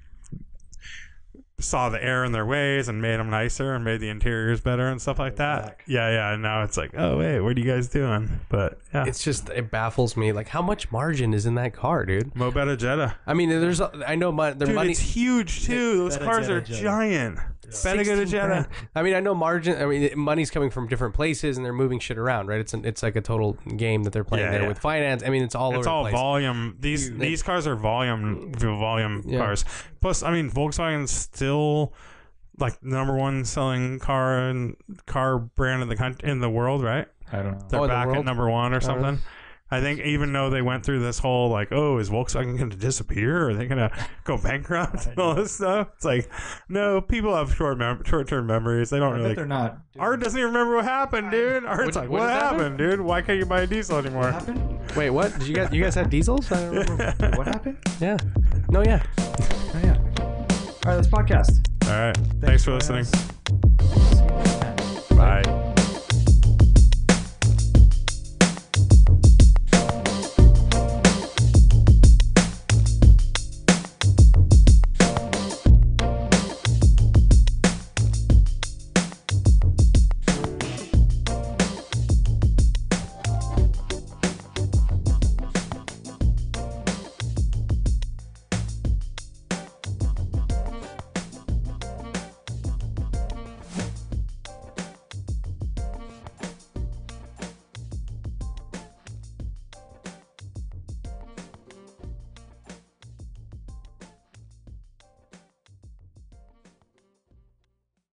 Speaker 3: saw the error in their ways and made them nicer and made the interiors better and stuff like that. Yeah, yeah. And now it's like, oh wait, what are you guys doing? But yeah,
Speaker 2: it's just it baffles me. Like how much margin is in that car, dude?
Speaker 3: Mobetta Jetta.
Speaker 2: I mean, there's I know my, their
Speaker 3: Dude,
Speaker 2: money.
Speaker 3: it's huge too. Those
Speaker 1: Betta
Speaker 3: cars
Speaker 1: Jetta
Speaker 3: are
Speaker 1: Jetta.
Speaker 3: giant. Better go to
Speaker 2: 16 grand.
Speaker 3: Jetta.
Speaker 2: I mean, I know margin. I mean, money's coming from different places, and they're moving shit around, right? It's an, it's like a total game that they're playing
Speaker 3: Yeah,
Speaker 2: there
Speaker 3: yeah.
Speaker 2: with finance. I mean, it's all
Speaker 3: it's
Speaker 2: over
Speaker 3: all
Speaker 2: the place.
Speaker 3: volume. These these cars are volume volume
Speaker 2: Yeah.
Speaker 3: cars. Plus, I mean, Volkswagen's still like the number one selling car and car brand in the country in the world, right?
Speaker 1: I don't know.
Speaker 3: They're
Speaker 2: Oh, in the
Speaker 3: back at
Speaker 2: world?
Speaker 3: number one or
Speaker 2: don't
Speaker 3: something. I think even though they went through this whole like, oh, is Volkswagen going to disappear? Are they going to go bankrupt and all this stuff? It's like, no, people have short mem- short term memories. They don't
Speaker 1: I
Speaker 3: really.
Speaker 1: bet they're not.
Speaker 3: Art doesn't even remember what happened, dude. Art's
Speaker 2: What-
Speaker 3: like,
Speaker 2: what
Speaker 3: what,
Speaker 2: just
Speaker 3: happened,
Speaker 2: happened?
Speaker 3: dude? Why can't you buy a diesel anymore?
Speaker 1: What happened?
Speaker 2: Wait, what? Did you guys you guys have diesels? I don't remember.
Speaker 1: What happened?
Speaker 2: yeah. No, yeah.
Speaker 1: Oh, yeah. All right, let's podcast.
Speaker 3: All right. Thanks, for listening.
Speaker 1: Thanks.
Speaker 3: Bye.